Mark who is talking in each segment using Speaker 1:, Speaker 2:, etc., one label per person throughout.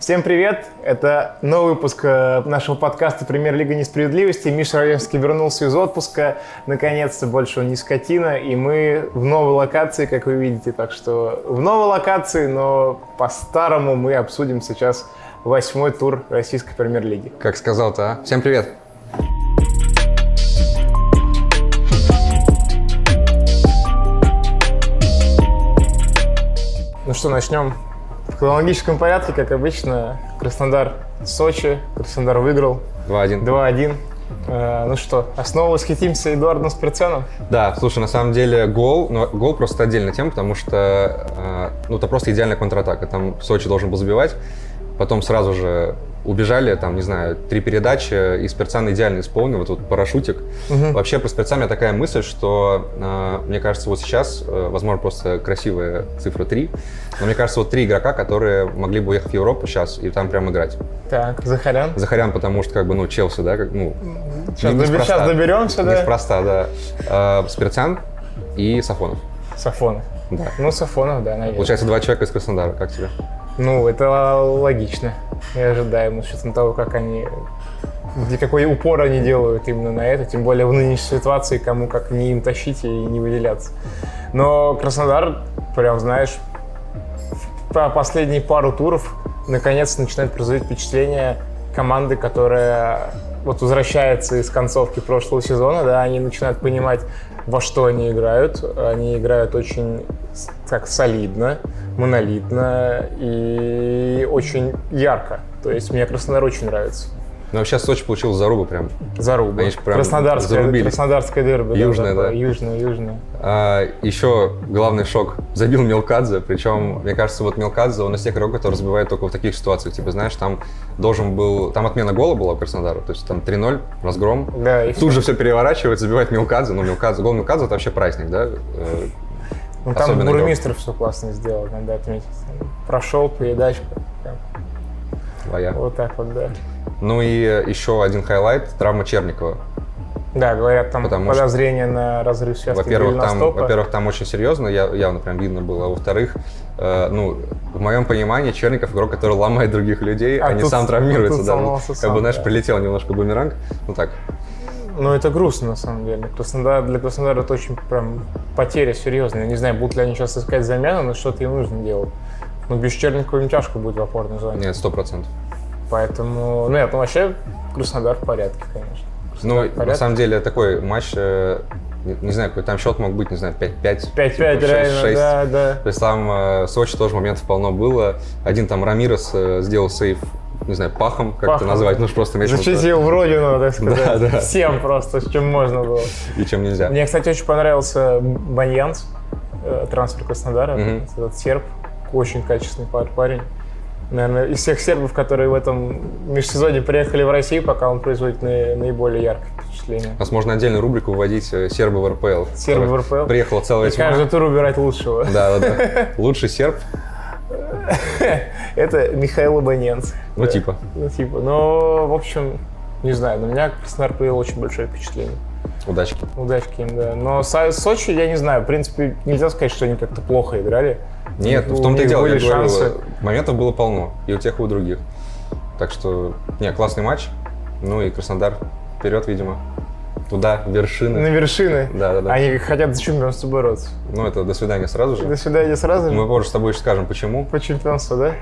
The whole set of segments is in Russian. Speaker 1: Всем привет! Это новый выпуск э, нашего подкаста «Премьер-лига несправедливости». Миша Раевский вернулся из отпуска. Наконец-то больше он не скотина. И мы в новой локации, как вы видите. Так что в новой локации, но по-старому мы обсудим сейчас восьмой тур российской премьер-лиги.
Speaker 2: Как сказал-то, а? Всем привет.
Speaker 1: Ну что, начнем в хронологическом порядке, как обычно. Краснодар, Сочи. Краснодар выиграл
Speaker 2: 2-1.
Speaker 1: 2-1. Э, Ну что, основу восхитимся Эдуардом Спирценом.
Speaker 2: Да, слушай, на самом деле гол, ну, гол просто отдельная тема, потому что э, ну, это просто идеальная контратака. Там Сочи должен был забивать, потом сразу же убежали, там, не знаю, три передачи, и Спирцан идеально исполнил, вот тут парашютик. Вообще, про Спирца у меня такая мысль, что, э, мне кажется, вот сейчас, э, возможно, просто красивая цифра 3, но мне кажется, вот три игрока, которые могли бы уехать в Европу сейчас и там прям играть.
Speaker 1: Так, Захарян.
Speaker 2: Захарян, потому что, как бы, ну, Челси, да, как, ну,
Speaker 1: Сейчас,
Speaker 2: не-
Speaker 1: доб-
Speaker 2: неспроста.
Speaker 1: щас доберемся, да?
Speaker 2: Неспроста, да. Э, Спирцан и Сафонов.
Speaker 1: Сафонов.
Speaker 2: Да.
Speaker 1: Ну, Сафонов, да, наверное.
Speaker 2: Получается, два человека из Краснодара, как тебе?
Speaker 1: Ну, это логично и ожидаемо, с учетом того, как они где какой упор они делают именно на это, тем более в нынешней ситуации, кому как не им тащить и не выделяться. Но Краснодар, прям знаешь, в- по последние пару туров наконец начинает производить впечатление команды, которая вот возвращается из концовки прошлого сезона, да, они начинают понимать, во что они играют. Они играют очень с- так солидно, монолитно и очень ярко. То есть мне Краснодар очень нравится.
Speaker 2: Ну, вообще, Сочи получил зарубу прям.
Speaker 1: Заруба.
Speaker 2: Они ж прям
Speaker 1: Краснодарская,
Speaker 2: зарубились.
Speaker 1: Краснодарская дерби.
Speaker 2: Южная, да.
Speaker 1: Южная, южная.
Speaker 2: А, еще главный шок. Забил Мелкадзе. Причем, мне кажется, вот Мелкадзе, он из тех игроков, который забивает только в таких ситуациях. Типа, знаешь, там должен был... Там отмена гола была у Краснодара. То есть там 3-0, разгром.
Speaker 1: Да, и
Speaker 2: Тут же все переворачивает, забивает Мелкадзе. Ну, Мелкадзе, гол Мелкадзе — это вообще праздник, да? Э,
Speaker 1: Ну, там
Speaker 2: Особенно
Speaker 1: Бурмистров все классно сделал, надо отметить. Прошел передачку. прям
Speaker 2: Твоя.
Speaker 1: Вот так вот, да.
Speaker 2: Ну и еще один хайлайт — травма Черникова.
Speaker 1: Да, говорят, там
Speaker 2: Потому что-
Speaker 1: подозрение на разрыв связки
Speaker 2: Во-первых, там,
Speaker 1: голеностопа.
Speaker 2: во-первых, там очень серьезно, я, явно прям видно было. А Во-вторых, э, ну, в моем понимании, Черников игрок, который ломает других людей,
Speaker 1: А
Speaker 2: а, не
Speaker 1: тут-
Speaker 2: сам травмируется.
Speaker 1: тут
Speaker 2: да. Ну,
Speaker 1: сломался
Speaker 2: как
Speaker 1: сам,
Speaker 2: бы, знаешь,
Speaker 1: да.
Speaker 2: прилетел немножко бумеранг. Ну так,
Speaker 1: Ну, это грустно, на самом деле. Краснодар, для Краснодара это очень прям потеря серьезная. Я не знаю, будут ли они сейчас искать замену, но что-то им нужно делать. Ну, без Черникова им тяжко будет в опорной зоне.
Speaker 2: нет, сто процентов.
Speaker 1: Поэтому, ну, нет, ну, вообще Краснодар в порядке, конечно.
Speaker 2: Ну, на
Speaker 1: порядке.
Speaker 2: самом деле, такой матч, э, не, не знаю, какой там счет мог быть, не знаю, 5-5.
Speaker 1: 5-5
Speaker 2: типа,
Speaker 1: реально,
Speaker 2: 6-6.
Speaker 1: да, да.
Speaker 2: То есть там э, в Сочи тоже моментов полно было. Один там Рамирес э, сделал сейф, не знаю, пахом, как
Speaker 1: Пахом.
Speaker 2: это назвать, ну просто мячом-то.
Speaker 1: Зачистил в родину, так сказать.
Speaker 2: Да, да.
Speaker 1: Всем просто, с чем можно было.
Speaker 2: и чем нельзя.
Speaker 1: Мне, кстати, очень понравился Баньянс, э, трансфер Краснодара,
Speaker 2: Мгм.
Speaker 1: этот серб, очень качественный пар- парень. Наверное, из всех сербов, которые в этом межсезонье приехали в Россию, пока он производит на- наиболее яркое впечатление.
Speaker 2: У нас можно отдельную рубрику вводить э, сербы в РПЛ.
Speaker 1: Сербы в
Speaker 2: Которых
Speaker 1: РПЛ.
Speaker 2: Приехала целая
Speaker 1: И
Speaker 2: тьма.
Speaker 1: каждый тур убирать лучшего.
Speaker 2: Да, да, да. Лучший серб,
Speaker 1: Это Михаил Абоненц.
Speaker 2: ну
Speaker 1: Да.
Speaker 2: типа.
Speaker 1: Ну, типа. Но, в общем, не знаю, на меня Краснодар произвел очень большое впечатление.
Speaker 2: Удачки.
Speaker 1: Удачки им, да. Но Со- Сочи, я не знаю, в принципе, нельзя сказать, что они как-то плохо играли.
Speaker 2: Нет,
Speaker 1: У
Speaker 2: ну в том-то и
Speaker 1: них
Speaker 2: дело,
Speaker 1: были
Speaker 2: я говорю,
Speaker 1: шансы.
Speaker 2: моментов было полно. И у тех, и у других. Так что, не, классный матч. Ну и Краснодар вперед, видимо. Туда, в
Speaker 1: На
Speaker 2: вершины.
Speaker 1: вершины.
Speaker 2: Да, да, да.
Speaker 1: Они хотят за чемпионство бороться.
Speaker 2: Ну это до свидания сразу
Speaker 1: а До
Speaker 2: же.
Speaker 1: свидания сразу же.
Speaker 2: Мы позже с тобой еще скажем, почему.
Speaker 1: По чемпионству, да?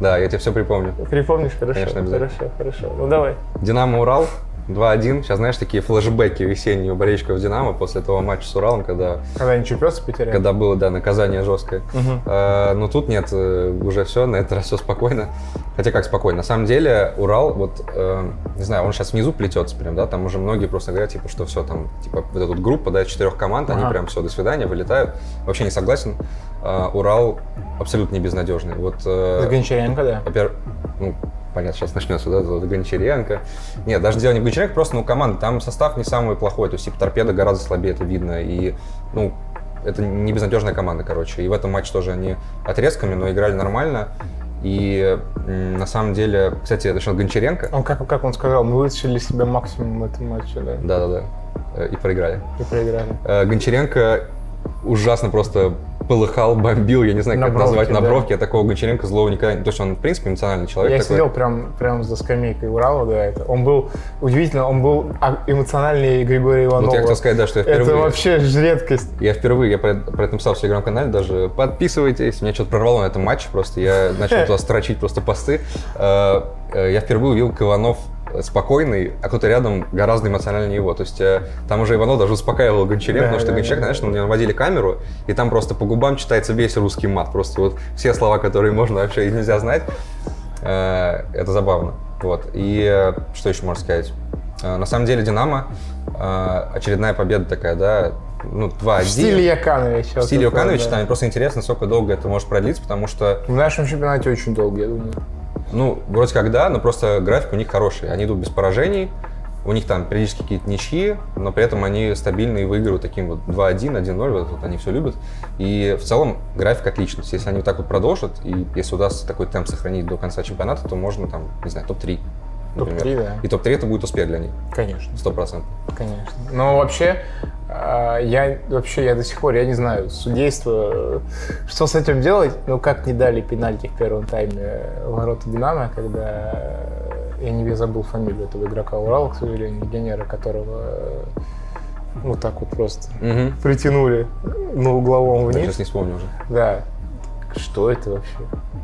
Speaker 2: Да, я тебе все припомню.
Speaker 1: Припомнишь? Хорошо,
Speaker 2: Конечно, обязательно.
Speaker 1: хорошо, хорошо. Ну давай.
Speaker 2: Динамо Урал 2-1. Сейчас, знаешь, такие флешбеки весенние у болельщиков Динамо после того матча с Уралом, когда
Speaker 1: Когда они чемпионство потеряли.
Speaker 2: когда было, да, наказание жесткое. Э, но тут нет, э, уже все, на этот раз все спокойно. Хотя как спокойно? На самом деле Урал, вот, э, не знаю, он сейчас внизу плетется прям, да, там уже многие просто говорят, типа, что все там, типа, вот эта вот группа, да, из четырех команд, они
Speaker 1: Ага.
Speaker 2: прям все, до свидания, вылетают. Вообще не согласен. Э, Урал абсолютно не безнадежный. Вот, э,
Speaker 1: За Гончаренко, да.
Speaker 2: во-первых, ну, понятно, сейчас начнется, да, вот Гончаренко. Нет, даже дело не в Гончаренко, просто, ну, команда, там состав не самый плохой, то есть, типа, торпеда гораздо слабее, это видно, и, ну, это не безнадежная команда, короче. И в этом матче тоже они отрезками, но играли нормально. И м, на самом деле, кстати, насчет Гончаренко,
Speaker 1: Он как, как он сказал, мы вытащили из себя максимум в этом матче, да.
Speaker 2: да-да-да, э, и проиграли.
Speaker 1: И проиграли.
Speaker 2: Э, Гончаренко ужасно просто полыхал, бомбил, я не знаю,
Speaker 1: На
Speaker 2: как это назвать,
Speaker 1: бровке,
Speaker 2: на
Speaker 1: да.
Speaker 2: бровке. Я такого Гончаренко злого никогда не... То есть он, в принципе, эмоциональный человек
Speaker 1: Я
Speaker 2: такой.
Speaker 1: сидел прям, прям за скамейкой Урала, да, это. Он был, удивительно, он был а- эмоциональнее Григория Иванова.
Speaker 2: Вот я хотел сказать, да, что я впервые...
Speaker 1: это вообще ж редкость.
Speaker 2: Я впервые, я про, про это написал в телеграм-канале даже. Подписывайтесь, меня что-то прорвало на этом матче просто. Я начал туда строчить просто посты. Э, э, Я впервые увидел, как Иванов спокойный, а кто-то рядом гораздо эмоциональнее его. То есть э, там уже Иванов даже успокаивал Гончаренко,
Speaker 1: Да,
Speaker 2: потому что
Speaker 1: да,
Speaker 2: Гончаренко,
Speaker 1: да.
Speaker 2: знаешь, у него наводили камеру, и там просто по губам читается весь русский мат. Просто вот все слова, которые можно вообще и нельзя знать. Э, Это забавно. Вот. И э, что еще можно сказать? Э, На самом деле «Динамо» э, очередная победа такая, да, ну, 2-1.
Speaker 1: В стиле Якановича.
Speaker 2: В
Speaker 1: вот
Speaker 2: стиле
Speaker 1: это,
Speaker 2: Юкановича,
Speaker 1: да.
Speaker 2: там мне просто интересно, сколько долго это может продлиться, потому что,
Speaker 1: В нашем чемпионате очень долго, я думаю.
Speaker 2: ну, вроде как да, но просто график у них хороший. Они идут без поражений, у них там периодически какие-то ничьи, но при этом они стабильно и выигрывают таким вот 2-1, 1-0, вот, это вот они все любят. И в целом график отличный. То есть, Если они вот так вот продолжат, и если удастся такой темп сохранить до конца чемпионата, то можно там, не знаю, топ-3. например.
Speaker 1: Топ-3, да.
Speaker 2: И топ-3 это будет успех для них,
Speaker 1: Конечно.
Speaker 2: 100%.
Speaker 1: Типа, Конечно. Но вообще, а, я вообще я до сих пор я не знаю судейство, э, что с этим делать. Ну как не дали пенальти в первом тайме э, ворота Динамо, когда э, я не забыл фамилию этого игрока Урала, к сожалению, легионера, которого э, вот так вот просто
Speaker 2: Мгм.
Speaker 1: притянули на угловом
Speaker 2: Я
Speaker 1: вниз.
Speaker 2: сейчас не вспомню уже.
Speaker 1: Да. Что это вообще?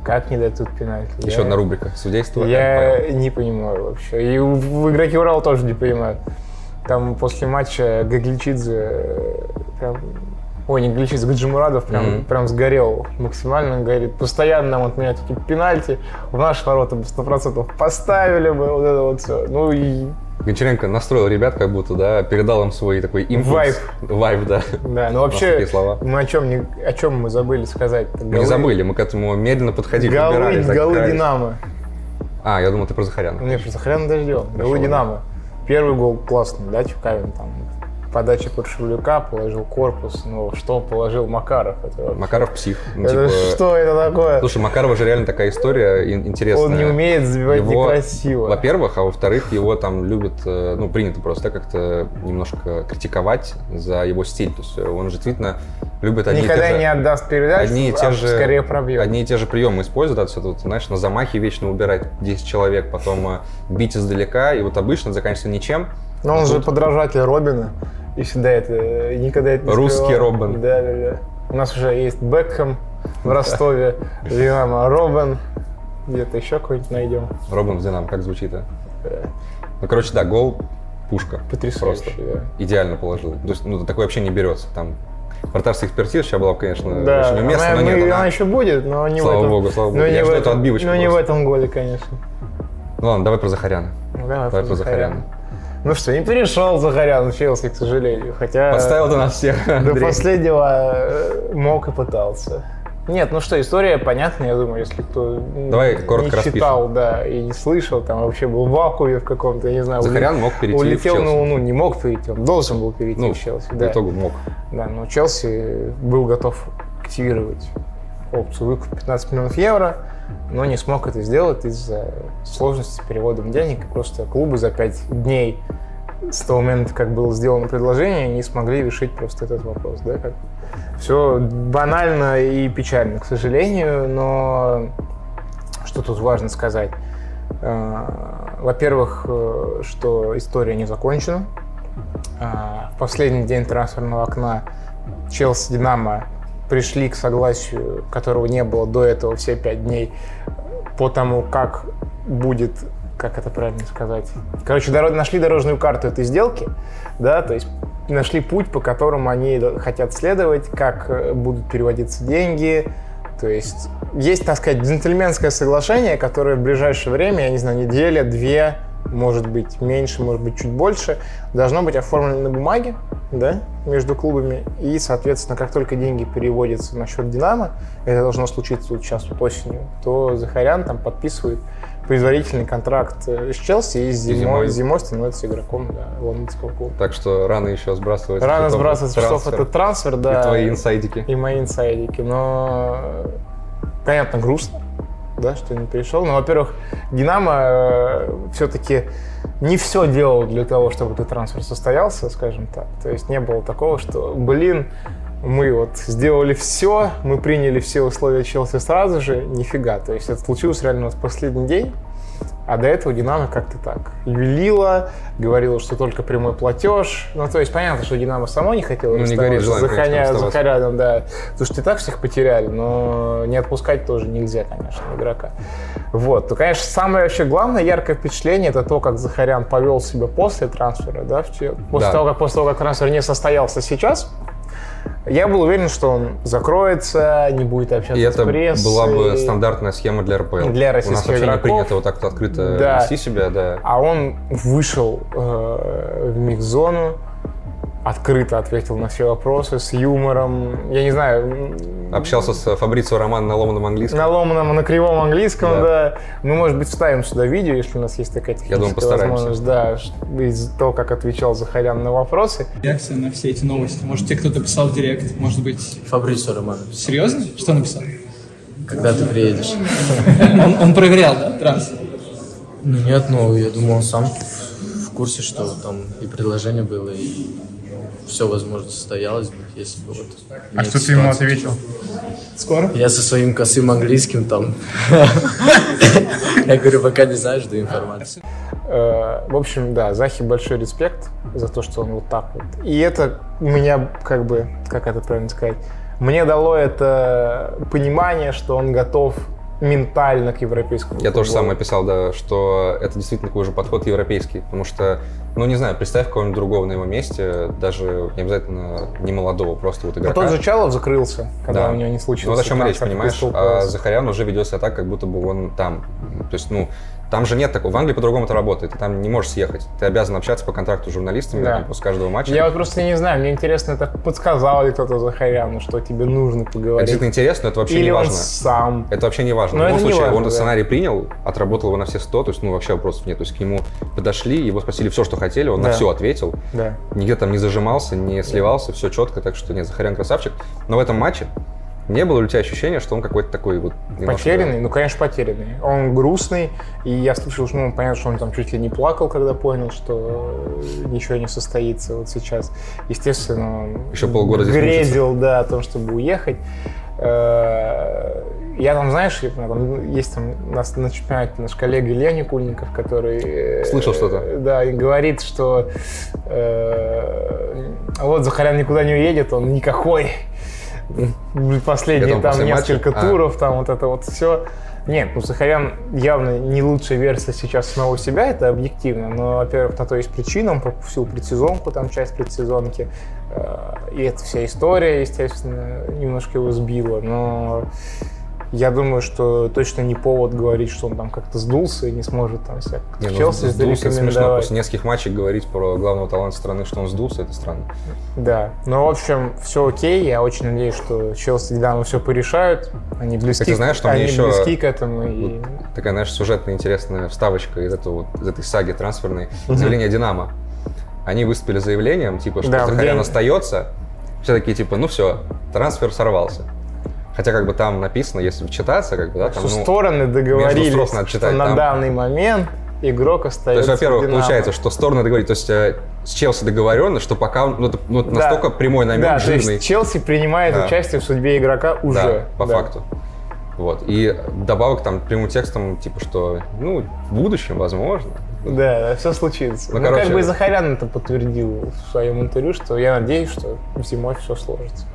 Speaker 1: Как не дадут пенальти?
Speaker 2: Еще
Speaker 1: Я-
Speaker 2: одна рубрика. Судейство.
Speaker 1: я не понимаю вообще. И в- в игроки Урала тоже не понимают. Там после матча Гагличидзе э, прям... Ой, не Гагличидзе, Гаджимурадов прям,
Speaker 2: Мгм.
Speaker 1: прям сгорел максимально. Он говорит, постоянно нам отменяют эти пенальти, в наши ворота бы 100% поставили бы, вот это вот все. Ну и
Speaker 2: Гончаренко настроил ребят, как будто, да, передал им свой такой импульс. Вайб, да.
Speaker 1: да, ну
Speaker 2: У нас
Speaker 1: вообще
Speaker 2: такие слова.
Speaker 1: мы о чем, не, о чем мы забыли сказать.
Speaker 2: Мы не забыли, мы к этому медленно подходили,
Speaker 1: Голы,
Speaker 2: подбирали,
Speaker 1: голы
Speaker 2: закрались.
Speaker 1: Динамо.
Speaker 2: А, я думал, ты про Захаряна.
Speaker 1: Не, просто хрен дождем.
Speaker 2: Хорошо,
Speaker 1: Голы
Speaker 2: ладно.
Speaker 1: Динамо. Первый гол классный, да, Чукавин там. Подача под Шевлюка, положил корпус, ну что положил Макаров. Это, вообще-
Speaker 2: Макаров псих. Ну,
Speaker 1: это
Speaker 2: типа-
Speaker 1: что это такое?
Speaker 2: Слушай, Макарова же реально такая история ин- интересная.
Speaker 1: Он не умеет забивать
Speaker 2: Его,
Speaker 1: некрасиво.
Speaker 2: Во-первых, а во-вторых, его там любят, э, ну, принято просто да, как-то немножко критиковать за его стиль. То есть э, он же действительно любит одни и те
Speaker 1: Никогда
Speaker 2: же-
Speaker 1: не отдаст передачу,
Speaker 2: Одни и, те
Speaker 1: а
Speaker 2: же,
Speaker 1: скорее пробьет.
Speaker 2: одни и те же приемы используют, да, всё это вот, знаешь, на замахе вечно убирать 10 человек, потом э, бить издалека, и вот обычно заканчивается ничем.
Speaker 1: Но он
Speaker 2: А
Speaker 1: же
Speaker 2: тут-
Speaker 1: подражатель Робина. И всегда это никогда это не
Speaker 2: Русский
Speaker 1: скрывал.
Speaker 2: Робин.
Speaker 1: Да, да, да. У нас уже есть Бекхэм в Ростове, Динамо Робин. Где-то еще какой-нибудь найдем.
Speaker 2: Робин в Динамо, как звучит, а?
Speaker 1: Э,
Speaker 2: Ну, короче, да, гол, пушка.
Speaker 1: Потрясающе,
Speaker 2: Просто.
Speaker 1: да.
Speaker 2: Идеально положил. То есть, ну, такое вообще не берется. Там вратарская экспертиза сейчас была, бы, конечно,
Speaker 1: Да,
Speaker 2: очень уместно,
Speaker 1: она,
Speaker 2: но нет,
Speaker 1: мы-
Speaker 2: она-
Speaker 1: она еще будет, но не
Speaker 2: Слава
Speaker 1: в этом.
Speaker 2: богу, слава
Speaker 1: но
Speaker 2: богу.
Speaker 1: не
Speaker 2: Я
Speaker 1: в
Speaker 2: жду эту
Speaker 1: этом-
Speaker 2: отбивочку
Speaker 1: Но не в
Speaker 2: просто.
Speaker 1: этом голе, конечно.
Speaker 2: Ну ладно, давай про Захаряна.
Speaker 1: Ну,
Speaker 2: Давай про
Speaker 1: Захаряна.
Speaker 2: Захаряна.
Speaker 1: Ну что, не перешел Захарян в Челси, к сожалению. Хотя
Speaker 2: Подставил ты нас всех,
Speaker 1: до
Speaker 2: Андрей.
Speaker 1: последнего э, мог и пытался. Нет, ну что, история понятна, я думаю, если кто н-
Speaker 2: Давай
Speaker 1: не
Speaker 2: коротко распишем.
Speaker 1: читал, да, и не слышал, там вообще был в вакууме в каком-то, я не знаю,
Speaker 2: Захарян мог перейти в
Speaker 1: улетел
Speaker 2: Челси.
Speaker 1: на Луну, не мог перейти, он должен был перейти
Speaker 2: Ну,
Speaker 1: в Челси.
Speaker 2: по
Speaker 1: да.
Speaker 2: итогу мог.
Speaker 1: Да, но Челси был готов активировать опцию выкуп 15 миллионов евро, но не смог это сделать из-за сложности с переводом денег. И просто клубы за 5 дней с того момента, как было сделано предложение, не смогли решить просто этот вопрос. Да? Как... Все банально и печально, к сожалению, но что тут важно сказать? Э, Во-первых, э, что история не закончена. А, В последний день трансферного окна Челси Динамо пришли к согласию, которого не было до этого все пять дней, по тому, как будет, как это правильно сказать. Короче, доро- нашли дорожную карту этой сделки, да, то есть нашли путь, по которому они до- хотят следовать, как э, будут переводиться деньги. То есть есть, так сказать, джентльменское соглашение, которое в ближайшее время, я не знаю, неделя, две, может быть, меньше, может быть, чуть больше, должно быть оформлено на бумаге, да, между клубами. И, соответственно, как только деньги переводятся на счет «Динамо», это должно случиться вот сейчас вот осенью, то Захарян там подписывает предварительный контракт э, с Челси и
Speaker 2: зимой.
Speaker 1: зимой, зимой становится игроком да, лондонского клуба.
Speaker 2: Так что рано еще сбрасывать.
Speaker 1: Рано
Speaker 2: с счетов
Speaker 1: сбрасывать
Speaker 2: этот
Speaker 1: часов
Speaker 2: трансфер
Speaker 1: этот трансфер, да.
Speaker 2: И твои инсайдики.
Speaker 1: и мои инсайдики. Но, э, понятно, грустно, да, что не перешел. Но, во-первых, Динамо все-таки не все делал для того, чтобы этот трансфер состоялся, скажем так. То есть не было такого, что, блин, мы вот сделали все, мы приняли все условия Челси сразу же, нифига. То есть это случилось реально вот в последний день, а до этого Динамо как-то так юлила, говорила, что только прямой платеж. Ну, то есть понятно, что Динамо само не хотело
Speaker 2: Ну, не
Speaker 1: расставаться
Speaker 2: горит
Speaker 1: с
Speaker 2: желанием, конечно,
Speaker 1: Захаря-
Speaker 2: расставаться.
Speaker 1: Захаряном, да. Потому что и так всех потеряли, но не отпускать тоже нельзя, конечно, игрока. Вот. Ну, конечно, самое вообще главное яркое впечатление это то, как Захарян повел себя после трансфера, да, в Че- после
Speaker 2: Да.
Speaker 1: того, как после того, как трансфер не состоялся сейчас. Я был уверен, что он закроется, не будет общаться
Speaker 2: И
Speaker 1: с
Speaker 2: это
Speaker 1: прессой.
Speaker 2: была бы стандартная схема для РПЛ.
Speaker 1: Для
Speaker 2: У нас
Speaker 1: российских
Speaker 2: вообще не
Speaker 1: игроков.
Speaker 2: принято вот так вот открыто
Speaker 1: Да.
Speaker 2: вести себя, да.
Speaker 1: А он вышел э, в микс-зону, открыто ответил на все вопросы с юмором. Я не знаю, м,
Speaker 2: Общался с Фабрицио Роман на ломаном английском.
Speaker 1: на ломаном, на кривом английском,
Speaker 2: Да.
Speaker 1: да. Мы, может быть, вставим сюда видео, если у нас есть такая техническая
Speaker 2: думаю, постараемся.
Speaker 1: возможность. Да, ш- из того, как отвечал Захарян на вопросы.
Speaker 3: реакция на все эти новости? Может, тебе кто-то писал в директ? Может быть,
Speaker 4: Фабрисо Романо,
Speaker 3: серьезно? Что написал?
Speaker 4: когда ты приедешь?
Speaker 3: Он, он проверял, да, транс?
Speaker 4: Ну нет, ну я думаю, он сам в курсе, что там и предложение было, и все, возможно, состоялось бы, если бы вот... нет ситуации.
Speaker 1: ответил?
Speaker 3: Скоро?
Speaker 4: Я со своим косым английским там... Я говорю, пока не знаю, жду информации.
Speaker 1: Э, В общем, да, Захи большой респект за то, что он вот так вот. И это меня как бы, как это правильно сказать, мне дало это понимание, что он готов ментально к европейскому.
Speaker 2: Я тоже
Speaker 1: футболу.
Speaker 2: самое писал, да, что это действительно такой же подход европейский, потому что, ну не знаю, представь кого-нибудь другого на его месте, даже не обязательно не молодого, просто вот
Speaker 1: Но
Speaker 2: игрока.
Speaker 1: тот же Чалов закрылся, когда
Speaker 2: а? Да.
Speaker 1: у него не случилось.
Speaker 2: Ну, вот о чем речь, понимаешь? А Захарян уже ведет себя так, как будто бы он там. То есть, ну, там же нет такого. В Англии по-другому это работает. Ты там не можешь съехать. Ты обязан общаться по контракту с журналистами
Speaker 1: Да.
Speaker 2: там, после каждого матча.
Speaker 1: Я вот просто не знаю, мне интересно, это подсказал ли кто-то Захаряну, что тебе нужно
Speaker 2: Это
Speaker 1: поговорить.
Speaker 2: действительно интересно, но это вообще
Speaker 1: Или
Speaker 2: не
Speaker 1: он
Speaker 2: важно.
Speaker 1: сам.
Speaker 2: Это вообще не важно.
Speaker 1: Но
Speaker 2: в любом
Speaker 1: это не
Speaker 2: случае,
Speaker 1: важно,
Speaker 2: он этот
Speaker 1: да.
Speaker 2: сценарий принял, отработал его на все 100, то есть, ну, вообще вопросов нет. То есть, к нему подошли, его спросили все, что хотели, он на
Speaker 1: Да.
Speaker 2: все ответил.
Speaker 1: Да.
Speaker 2: Нигде там не зажимался, не сливался, все четко, так что нет, Захарян красавчик. Но в этом матче не было ли у тебя ощущения, что он какой-то такой вот... немножко-
Speaker 1: Потерянный? Ну, конечно, потерянный. Он грустный, и я слышал, что, ну, понятно, что он там чуть ли не плакал, когда понял, что э, ничего не состоится вот сейчас. Естественно, он
Speaker 2: Еще полгода здесь
Speaker 1: грезил, да, о том, чтобы уехать. Э, Я там, знаешь, я там, есть там у нас на чемпионате наш коллега Илья Никульников, который... э,
Speaker 2: Слышал что-то.
Speaker 1: Да, и говорит, что э, вот Захарян никуда не уедет, он никакой.
Speaker 2: Я
Speaker 1: Последние
Speaker 2: думал,
Speaker 1: там
Speaker 2: после матча.
Speaker 1: несколько
Speaker 2: А.
Speaker 1: туров, там вот это вот все. Нет, ну Сахарян явно не лучшая версия сейчас самого себя, это объективно, но, во-первых, на то есть причина, он пропустил предсезонку, там часть предсезонки, э, и эта вся история, естественно, немножко его сбила, но я думаю, что точно не повод говорить, что он там как-то сдулся и не сможет там себя как-то
Speaker 2: Не,
Speaker 1: в
Speaker 2: ну,
Speaker 1: Челси
Speaker 2: сдулся, это смешно.
Speaker 1: зарекомендовать.
Speaker 2: После нескольких матчей говорить про главного таланта страны, что он сдулся, это странно.
Speaker 1: Да, ну, в общем, все окей. Я очень надеюсь, что Челси и Динамо все порешают. Они близки,
Speaker 2: Кстати, знаешь, что мне
Speaker 1: они
Speaker 2: еще-
Speaker 1: близки к этому. И...
Speaker 2: Вот такая, знаешь, сюжетная интересная вставочка из, этого, вот- из этой саги трансферной. Заявление «Динамо». Они выступили с заявлением, типа, что
Speaker 1: Да, в
Speaker 2: Захарян
Speaker 1: день.
Speaker 2: остается. Все такие, типа, ну все, трансфер сорвался. Хотя как бы там написано, если вчитаться, как бы, да, там,
Speaker 1: что
Speaker 2: ну,
Speaker 1: стороны договорились,
Speaker 2: строк надо
Speaker 1: что
Speaker 2: читать,
Speaker 1: на
Speaker 2: там.
Speaker 1: данный момент игрок
Speaker 2: То
Speaker 1: остается
Speaker 2: есть, во-первых,
Speaker 1: в «Динамо».
Speaker 2: получается, что стороны договорились, то есть э, с Челси договорено, что пока, он- ну, это, ну, это
Speaker 1: Да.
Speaker 2: настолько прямой намек,
Speaker 1: Да, то
Speaker 2: жирный.
Speaker 1: есть Челси принимает
Speaker 2: Да.
Speaker 1: участие в судьбе игрока уже.
Speaker 2: Да, по
Speaker 1: Да.
Speaker 2: факту. Вот. И добавок там прямым текстом, типа, что, ну, в будущем, возможно.
Speaker 1: Да, все случится.
Speaker 2: Ну,
Speaker 1: Ну,
Speaker 2: короче-
Speaker 1: как бы и Захарян это подтвердил в своем интервью, что я надеюсь, что зимой все сложится.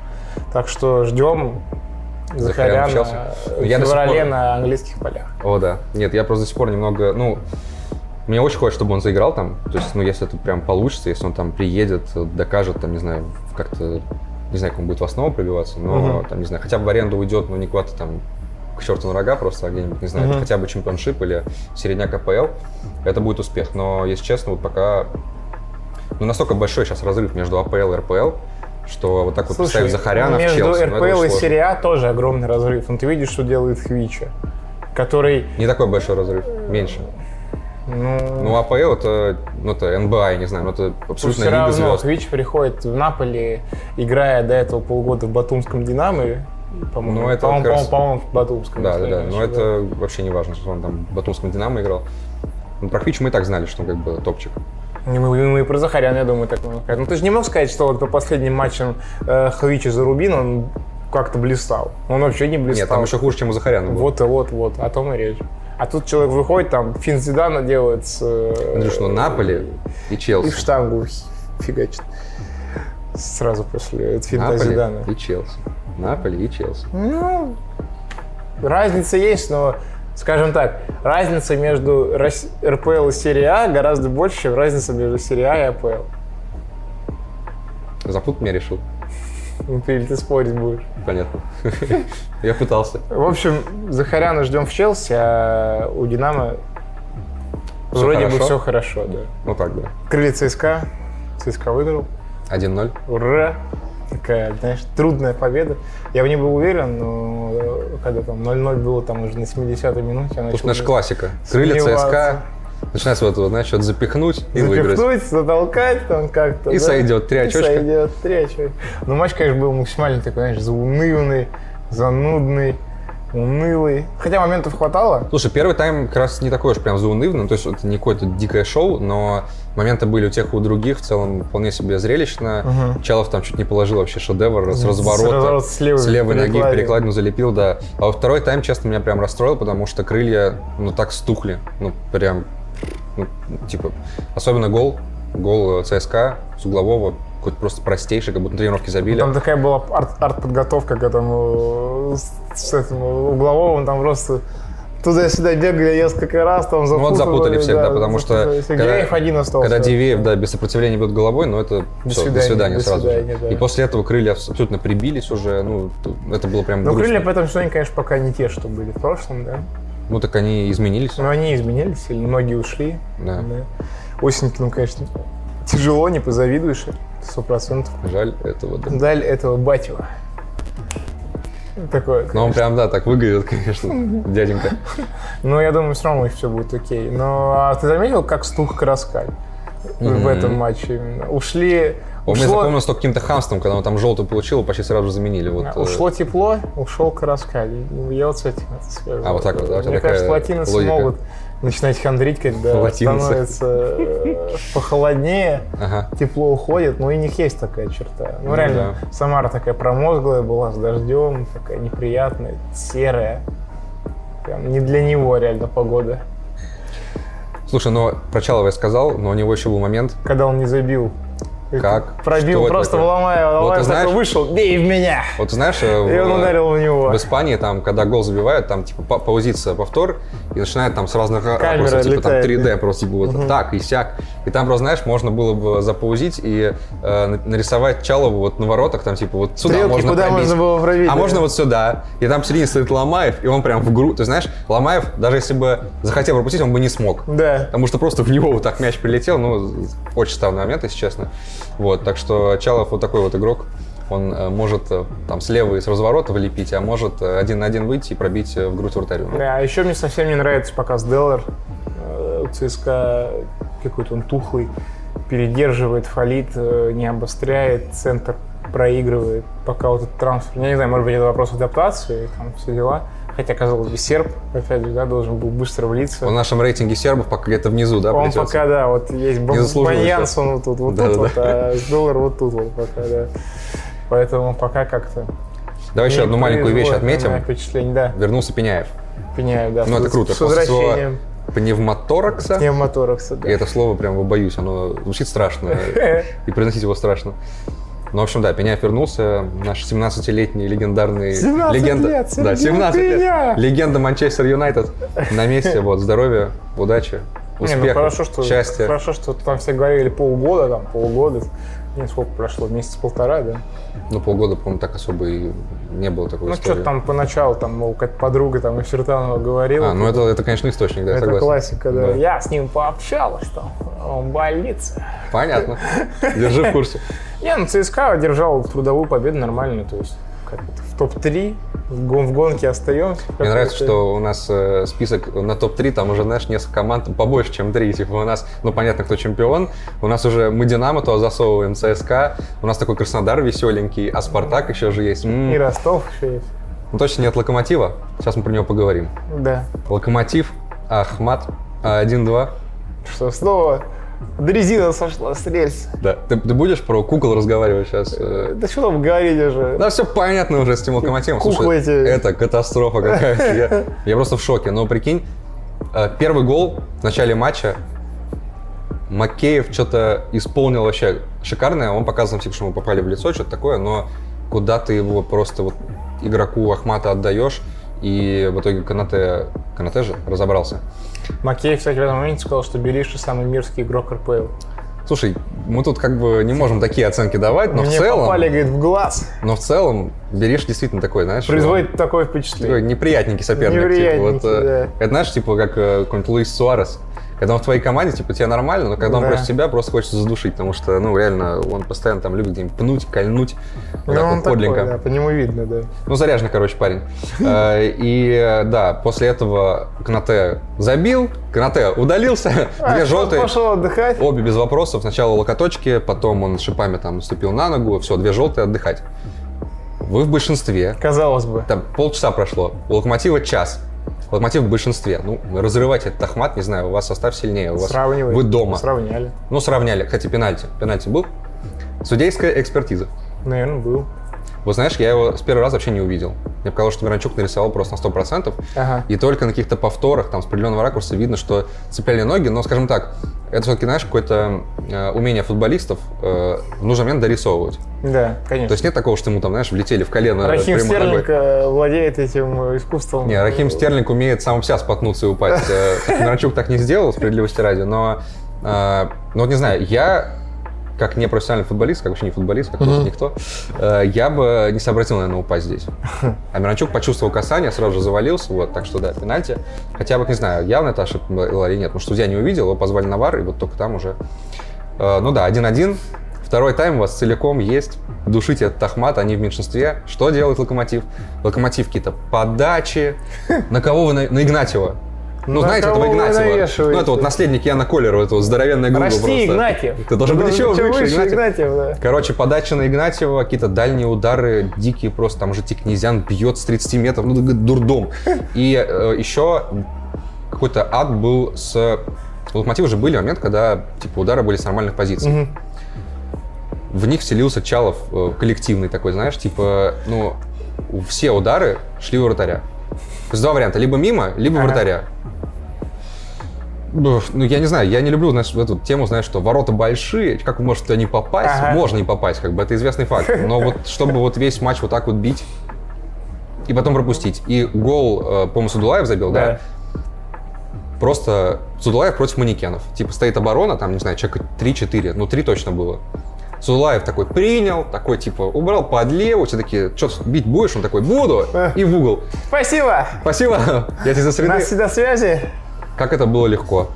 Speaker 1: Так что ждем
Speaker 2: Захаряна в
Speaker 1: Захаряна
Speaker 2: Челси.
Speaker 1: в
Speaker 2: Я до сих
Speaker 1: феврале
Speaker 2: пор-
Speaker 1: на английских полях.
Speaker 2: О, да. Нет, я просто до сих пор немного, ну, мне очень хочется, чтобы он заиграл там. То есть, ну, если это прям получится, если он там приедет, докажет, там, не знаю, как-то, не знаю, как он будет в основу пробиваться, но,
Speaker 1: Мгм.
Speaker 2: там, не знаю, хотя бы в аренду уйдет, но не куда-то там к черту на рога просто, а где-нибудь, не знаю,
Speaker 1: Мгм.
Speaker 2: хотя бы чемпионшип или середняк АПЛ, это будет успех. Но, если честно, вот пока, ну, настолько большой сейчас разрыв между АПЛ и РПЛ, что вот так вот
Speaker 1: Слушай,
Speaker 2: представить Захаряна в
Speaker 1: между
Speaker 2: Челси, ну, это
Speaker 1: РПЛ
Speaker 2: очень
Speaker 1: и
Speaker 2: сложно.
Speaker 1: Серия А тоже огромный разрыв. Ну, ты видишь, что делает Хвича, который,
Speaker 2: Не такой большой разрыв, меньше.
Speaker 1: ну,
Speaker 2: Ну, АПЛ это, ну, это НБА, я не знаю, но это абсолютно
Speaker 1: все
Speaker 2: лига
Speaker 1: равно
Speaker 2: звезд.
Speaker 1: Хвич приходит в Наполе, играя до этого полгода в Батумском Динамо, по-моему,
Speaker 2: Ну, это
Speaker 1: по-моему,
Speaker 2: как раз-
Speaker 1: по-моему, по-моему, в Батумском.
Speaker 2: Да, да,
Speaker 1: если
Speaker 2: да.
Speaker 1: я не
Speaker 2: Но
Speaker 1: ошибаюсь.
Speaker 2: это Ну, вообще не важно, что он там в Батумском Динамо играл. Ну, про Хвич мы и так знали, что он как бы топчик.
Speaker 1: И Мы, мы и про Захаряна, я думаю, так можно сказать. Ну, ты же не мог сказать, что вот по последним матчам э, Хавича за Рубин он как-то блистал. Он вообще не блистал.
Speaker 2: Нет, там еще хуже, чем у Захаряна было.
Speaker 1: Вот, вот, вот, о том и речь. А тут человек выходит, там, Финн Зидана делает с... э,
Speaker 2: Андрюш, ну Наполи и
Speaker 1: И
Speaker 2: Челси.
Speaker 1: в штангу фигачит. Сразу после финта Зидана.
Speaker 2: Наполи и Челси. Наполи и Челси.
Speaker 1: Ну, разница есть, но, скажем так, разница между Рос- РПЛ и серия А гораздо больше, чем разница между серия А и АПЛ.
Speaker 2: Запутать меня решил.
Speaker 1: Ну, ты, или ты спорить будешь.
Speaker 2: Понятно. Я пытался.
Speaker 1: В общем, Захаряна ждем в Челси, а у Динамо
Speaker 2: Всё
Speaker 1: вроде бы
Speaker 2: хорошо?
Speaker 1: все хорошо, да.
Speaker 2: Ну так, да.
Speaker 1: Крылья ЦСКА, ЦСКА выиграл,
Speaker 2: 1-0.
Speaker 1: ура! Такая, знаешь, трудная победа. Я в ней был уверен, но э, когда там 0-0 было, там уже на 70-й минуте, я
Speaker 2: Потому что
Speaker 1: начал
Speaker 2: наша классика. Крылья
Speaker 1: Сомневаться.
Speaker 2: ЦСКА. Начинается вот, вот, знаешь, что-то запихнуть и выиграть.
Speaker 1: запихнуть, затолкать там как-то.
Speaker 2: И
Speaker 1: да.
Speaker 2: сойдет. Три
Speaker 1: И
Speaker 2: очочка.
Speaker 1: сойдет, три очка. Ну, матч, конечно, был максимально такой, знаешь, заунывный, занудный, унылый. Хотя моментов хватало.
Speaker 2: Слушай, первый тайм как раз не такой уж прям заунывный, ну, то есть это не какое-то дикое шоу, но моменты были у тех и у других, в целом вполне себе зрелищно. Чалов там чуть не положил вообще шедевр с разворота.
Speaker 1: разворота с левой
Speaker 2: с левой ноги в
Speaker 1: перекладине.
Speaker 2: перекладину залепил, да. А во второй тайм, честно, меня прям расстроил, потому что крылья, ну, так стухли. Ну, прям, ну, типа, особенно гол, гол э, ЦСКА с углового, какой-то просто простейший, как будто на тренировке забили.
Speaker 1: Там такая была арт- арт-подготовка к этому, э, с, с этим угловому, там просто туда-сюда бегали несколько раз, там
Speaker 2: Ну
Speaker 1: запутывали.
Speaker 2: вот запутали всех, да, потому
Speaker 1: запутали.
Speaker 2: что
Speaker 1: Геев один остался.
Speaker 2: когда Дивеев, да, без сопротивления бьет головой, но это
Speaker 1: До
Speaker 2: всё,
Speaker 1: свидания, до
Speaker 2: сразу
Speaker 1: свидания,
Speaker 2: же.
Speaker 1: да.
Speaker 2: И после этого крылья абсолютно прибились уже, ну, т- это было прям
Speaker 1: Но
Speaker 2: грустно.
Speaker 1: крылья при этом что они, конечно, пока не те, что были в прошлом, да.
Speaker 2: Ну, так они изменились,
Speaker 1: Но они изменились сильно, многие ушли.
Speaker 2: да,
Speaker 1: Осень, ну, конечно, тяжело, не позавидуешь, сто процентов.
Speaker 2: жаль этого, да.
Speaker 1: Даль этого батьева. Такое.
Speaker 2: Но он прям, да, так выглядит, конечно, дяденька.
Speaker 1: Но Ну, я думаю, все равно все будет окей. Но а ты заметил, как стух Караскаль в этом матче именно? Ушли...
Speaker 2: Он мне
Speaker 1: ушло-
Speaker 2: запомнился только каким-то хамством, когда он там желтую получил, почти сразу же заменили. Вот,
Speaker 1: Да,
Speaker 2: э,
Speaker 1: а, Ушло тепло, ушел Караскаль. Я вот с этим это связываю.
Speaker 2: А, вот так вот, да, у тебя
Speaker 1: Мне
Speaker 2: такая
Speaker 1: кажется, латиносы
Speaker 2: логика.
Speaker 1: могут начинать хандрить, когда
Speaker 2: Латиносы.
Speaker 1: становится э, похолоднее.
Speaker 2: Ага.
Speaker 1: тепло уходит, но и у них есть такая черта. Ну,
Speaker 2: Ну
Speaker 1: реально, Самара такая промозглая была, с дождем, такая неприятная, серая. Прям не для него реально погода.
Speaker 2: Слушай, но про Чалова я сказал, но у него еще был момент.
Speaker 1: Когда он не забил. И
Speaker 2: Как?
Speaker 1: Пробил,
Speaker 2: Что это
Speaker 1: просто
Speaker 2: такое?
Speaker 1: ломая, ломая,
Speaker 2: ты
Speaker 1: такой
Speaker 2: знаешь-
Speaker 1: вышел, бей в меня!
Speaker 2: Вот знаешь, э,
Speaker 1: И он
Speaker 2: в-
Speaker 1: ударил в него.
Speaker 2: В Испании, там, когда гол забивают, там, типа, па- паузится повтор, и начинает там с разных ракурсов, типа, там
Speaker 1: летает,
Speaker 2: 3D, просто, типа, вот так и сяк. И там, просто, знаешь, можно было бы запаузить и э, на- нарисовать Чалову вот на воротах, там, типа, вот сюда
Speaker 1: Стрелки,
Speaker 2: можно
Speaker 1: куда
Speaker 2: пробить.
Speaker 1: можно было пробить,
Speaker 2: А
Speaker 1: да.
Speaker 2: можно вот сюда. И там в середине стоит Ломаев, и он прям в гру... Ты знаешь, Ломаев, даже если бы захотел пропустить, он бы не смог.
Speaker 1: Да.
Speaker 2: Потому что просто в него вот так мяч прилетел, ну, очень странный момент, если честно. Вот, так что Чалов вот такой вот игрок. Он э, может э, там слева и с разворота влепить, а может э, один на один выйти и пробить э, в грудь вратарю.
Speaker 1: Да, а еще мне совсем не нравится пока Деллар. Э, У ЦСКА какой-то он тухлый, передерживает, фалит, э, не обостряет, центр проигрывает, пока вот этот трансфер. Я не знаю, может быть, это вопрос адаптации, там все дела. Хотя, казалось бы, серб, опять же, да, должен был быстро влиться.
Speaker 2: В нашем рейтинге сербов пока где-то внизу, да,
Speaker 1: Он
Speaker 2: плетется?
Speaker 1: пока, да, вот есть Бо-
Speaker 2: Не заслужил
Speaker 1: Баньянс, он вот тут, вот тут,
Speaker 2: Да-да-да.
Speaker 1: вот, а доллар вот тут вот пока, да. Поэтому пока как-то...
Speaker 2: Давай еще
Speaker 1: не
Speaker 2: одну маленькую вещь
Speaker 1: производит на меня
Speaker 2: отметим.
Speaker 1: впечатление, да.
Speaker 2: Вернулся Пеняев.
Speaker 1: Пеняев, да.
Speaker 2: Ну,
Speaker 1: с-
Speaker 2: это круто.
Speaker 1: С
Speaker 2: После своего
Speaker 1: возвращением.
Speaker 2: пневмоторакса.
Speaker 1: Пневмоторакса, да. Э,
Speaker 2: И это слово прям боюсь, оно звучит страшно. И произносить его страшно. Ну, в общем, да, Пеняев вернулся, наш 17-летний легендарный...
Speaker 1: 17
Speaker 2: легенда,
Speaker 1: лет, Сергей
Speaker 2: да, 17 лет.
Speaker 1: Пеняев!
Speaker 2: Легенда Манчестер Юнайтед на месте. Вот, здоровья, удачи,
Speaker 1: Не,
Speaker 2: успехов,
Speaker 1: ну хорошо, что,
Speaker 2: счастья.
Speaker 1: хорошо, что там все говорили полгода, там полгода. Не, сколько прошло, месяц-полтора, да?
Speaker 2: Ну, полгода, по-моему, так особо и не было такой
Speaker 1: Ну,
Speaker 2: истории.
Speaker 1: что-то там поначалу, там, мол, какая-то подруга там из Чертанова говорила.
Speaker 2: А, ну это, это, конечно, источник, да, я
Speaker 1: это
Speaker 2: согласен.
Speaker 1: классика, да. Я с ним пообщалась там, он в больнице.
Speaker 2: Понятно. Держи в курсе.
Speaker 1: Не, ну ЦСКА одержал трудовую победу нормально, то есть как это, в топ-3, в, гон- в гонке остаемся.
Speaker 2: Мне нравится, что у нас э, список на топ-3, там уже, знаешь, несколько команд побольше, чем три. Типа у нас, ну, понятно, кто чемпион. У нас уже мы Динамо то засовываем, ЦСКА. У нас такой Краснодар веселенький, а Спартак еще же есть. М,
Speaker 1: И Ростов еще есть.
Speaker 2: ну, точно нет Локомотива. Сейчас мы про него поговорим.
Speaker 1: Да.
Speaker 2: Локомотив, Ахмат, а, 1-2.
Speaker 1: Что, снова Дрезина сошла с рельс.
Speaker 2: Да. Ты, ты будешь про кукол разговаривать сейчас? Э,
Speaker 1: Да что там говорить уже?
Speaker 2: Да, все понятно уже с тем локомотивом.
Speaker 1: Куклы
Speaker 2: Слушай,
Speaker 1: эти.
Speaker 2: это катастрофа какая-то. Я, я просто в шоке. Но прикинь, э, первый гол в начале матча Макеев что-то исполнил вообще шикарное. Он показывал всем, что ему попали в лицо, что-то такое, но куда ты его просто вот игроку Ахмата отдаешь, и в итоге Канате, Канате же разобрался.
Speaker 1: Макеев, кстати, в этом моменте сказал, что Белиши самый мерзкий игрок РПЛ.
Speaker 2: Слушай, мы тут как бы не можем такие оценки давать, но Ну, в
Speaker 1: Мне
Speaker 2: целом...
Speaker 1: попали, говорит, в глаз.
Speaker 2: Но в целом, Бериш действительно такой, знаешь...
Speaker 1: Производит такое
Speaker 2: он Такой
Speaker 1: впечатление.
Speaker 2: неприятненький соперник. типа, вот,
Speaker 1: Неприятненький,
Speaker 2: э, Это знаешь, типа как э, какой-нибудь Луис Суарес. Когда он в твоей команде, типа, тебе нормально, но когда он
Speaker 1: Да.
Speaker 2: против тебя, просто хочется задушить, потому что, ну, реально, он постоянно там любит где-нибудь пнуть, кольнуть, вот
Speaker 1: Ну,
Speaker 2: так
Speaker 1: он
Speaker 2: вот
Speaker 1: такой,
Speaker 2: подлинно.
Speaker 1: да, по нему видно, да.
Speaker 2: Ну, заряженный, короче, парень. Э, И, э, да, после этого Кнате забил, Кнате удалился,
Speaker 1: А,
Speaker 2: две
Speaker 1: что,
Speaker 2: желтые.
Speaker 1: Пошел отдыхать.
Speaker 2: Обе без вопросов. Сначала локоточки, потом он шипами там наступил на ногу. Все, две желтые, отдыхать. Вы в большинстве.
Speaker 1: Казалось бы.
Speaker 2: Там полчаса прошло. У локомотива час. Локомотив в большинстве. Ну, разрывайте этот Ахмат, не знаю, у вас состав сильнее. У вас
Speaker 1: Сравнивай.
Speaker 2: Вы дома.
Speaker 1: Сравняли.
Speaker 2: Ну, сравняли. Кстати, пенальти. Пенальти был. Судейская экспертиза.
Speaker 1: Наверное, был.
Speaker 2: Вот знаешь, я его с первого раза вообще не увидел. Мне показалось, что Миранчук нарисовал просто на 100%.
Speaker 1: Ага.
Speaker 2: И только на каких-то повторах, там, с определенного ракурса видно, что цепляли ноги. Но, скажем так, это все-таки, знаешь, какое-то э, умение футболистов э, в нужный момент дорисовывать.
Speaker 1: Да,
Speaker 2: То
Speaker 1: конечно.
Speaker 2: есть нет такого, что ему там, знаешь, влетели в колено
Speaker 1: Рахим
Speaker 2: прямой ногой.
Speaker 1: Стерлинг э, владеет этим э, искусством.
Speaker 2: Не, Рахим Стерлинг умеет сам себя споткнуться и упасть. Э, Миранчук так не сделал, справедливости ради, но... э, Ну, вот не знаю, я как не профессиональный футболист, как вообще не футболист, как просто никто, э, я бы не сообразил, наверное, упасть здесь. А Миранчук почувствовал касание, сразу же завалился, вот, так что да, пенальти. Хотя вот не знаю, явно это ошибка была или нет, потому что судья не увидел, его позвали на вар, и вот только там уже... Э, Ну да, 1-1, Второй тайм у вас целиком есть. Душите этот Ахмат, они в меньшинстве. Что делает Локомотив? Локомотив какие-то подачи. На кого вы? На, на Игнатьева. Ну,
Speaker 1: На
Speaker 2: знаете, этого
Speaker 1: кого вы
Speaker 2: Игнатьева. Ну, это
Speaker 1: навешиваете?
Speaker 2: вот наследник Яна Колера, этого здоровенная грубо
Speaker 1: Прости,
Speaker 2: просто.
Speaker 1: Игнатьев.
Speaker 2: Ты должен быть еще выше, Игнатьев.
Speaker 1: Игнатьев, да.
Speaker 2: Короче, подача на Игнатьева, какие-то дальние удары, дикие просто, там же Тикнезян бьет с 30 метров, ну, г- дурдом. И э, еще какой-то ад был с... У Локомотива же были момент, когда, типа, удары были с нормальных позиций.
Speaker 1: Мгм.
Speaker 2: В них вселился Чалов э, коллективный такой, знаешь, типа, ну, у- все удары шли у вратаря. То есть два варианта, либо мимо, либо
Speaker 1: Ага.
Speaker 2: вратаря. Ну, ну, я не знаю, я не люблю, знаешь, эту тему, знаешь, что ворота большие, как можно туда не попасть?
Speaker 1: Ага.
Speaker 2: Можно не попасть, как бы, это известный факт. Но вот чтобы вот весь матч вот так вот бить и потом пропустить. И гол, э, по-моему, Судулаев забил, да?
Speaker 1: Да.
Speaker 2: Просто Судулаев против манекенов. Типа стоит оборона, там, не знаю, человека 3-4, ну 3 точно было. Судулаев такой принял, такой типа убрал под левую, все такие, что бить будешь? Он такой, буду, и в угол.
Speaker 1: Спасибо.
Speaker 2: Спасибо, я тебе за
Speaker 1: У
Speaker 2: среды.
Speaker 1: нас всегда связи.
Speaker 2: Как это было легко.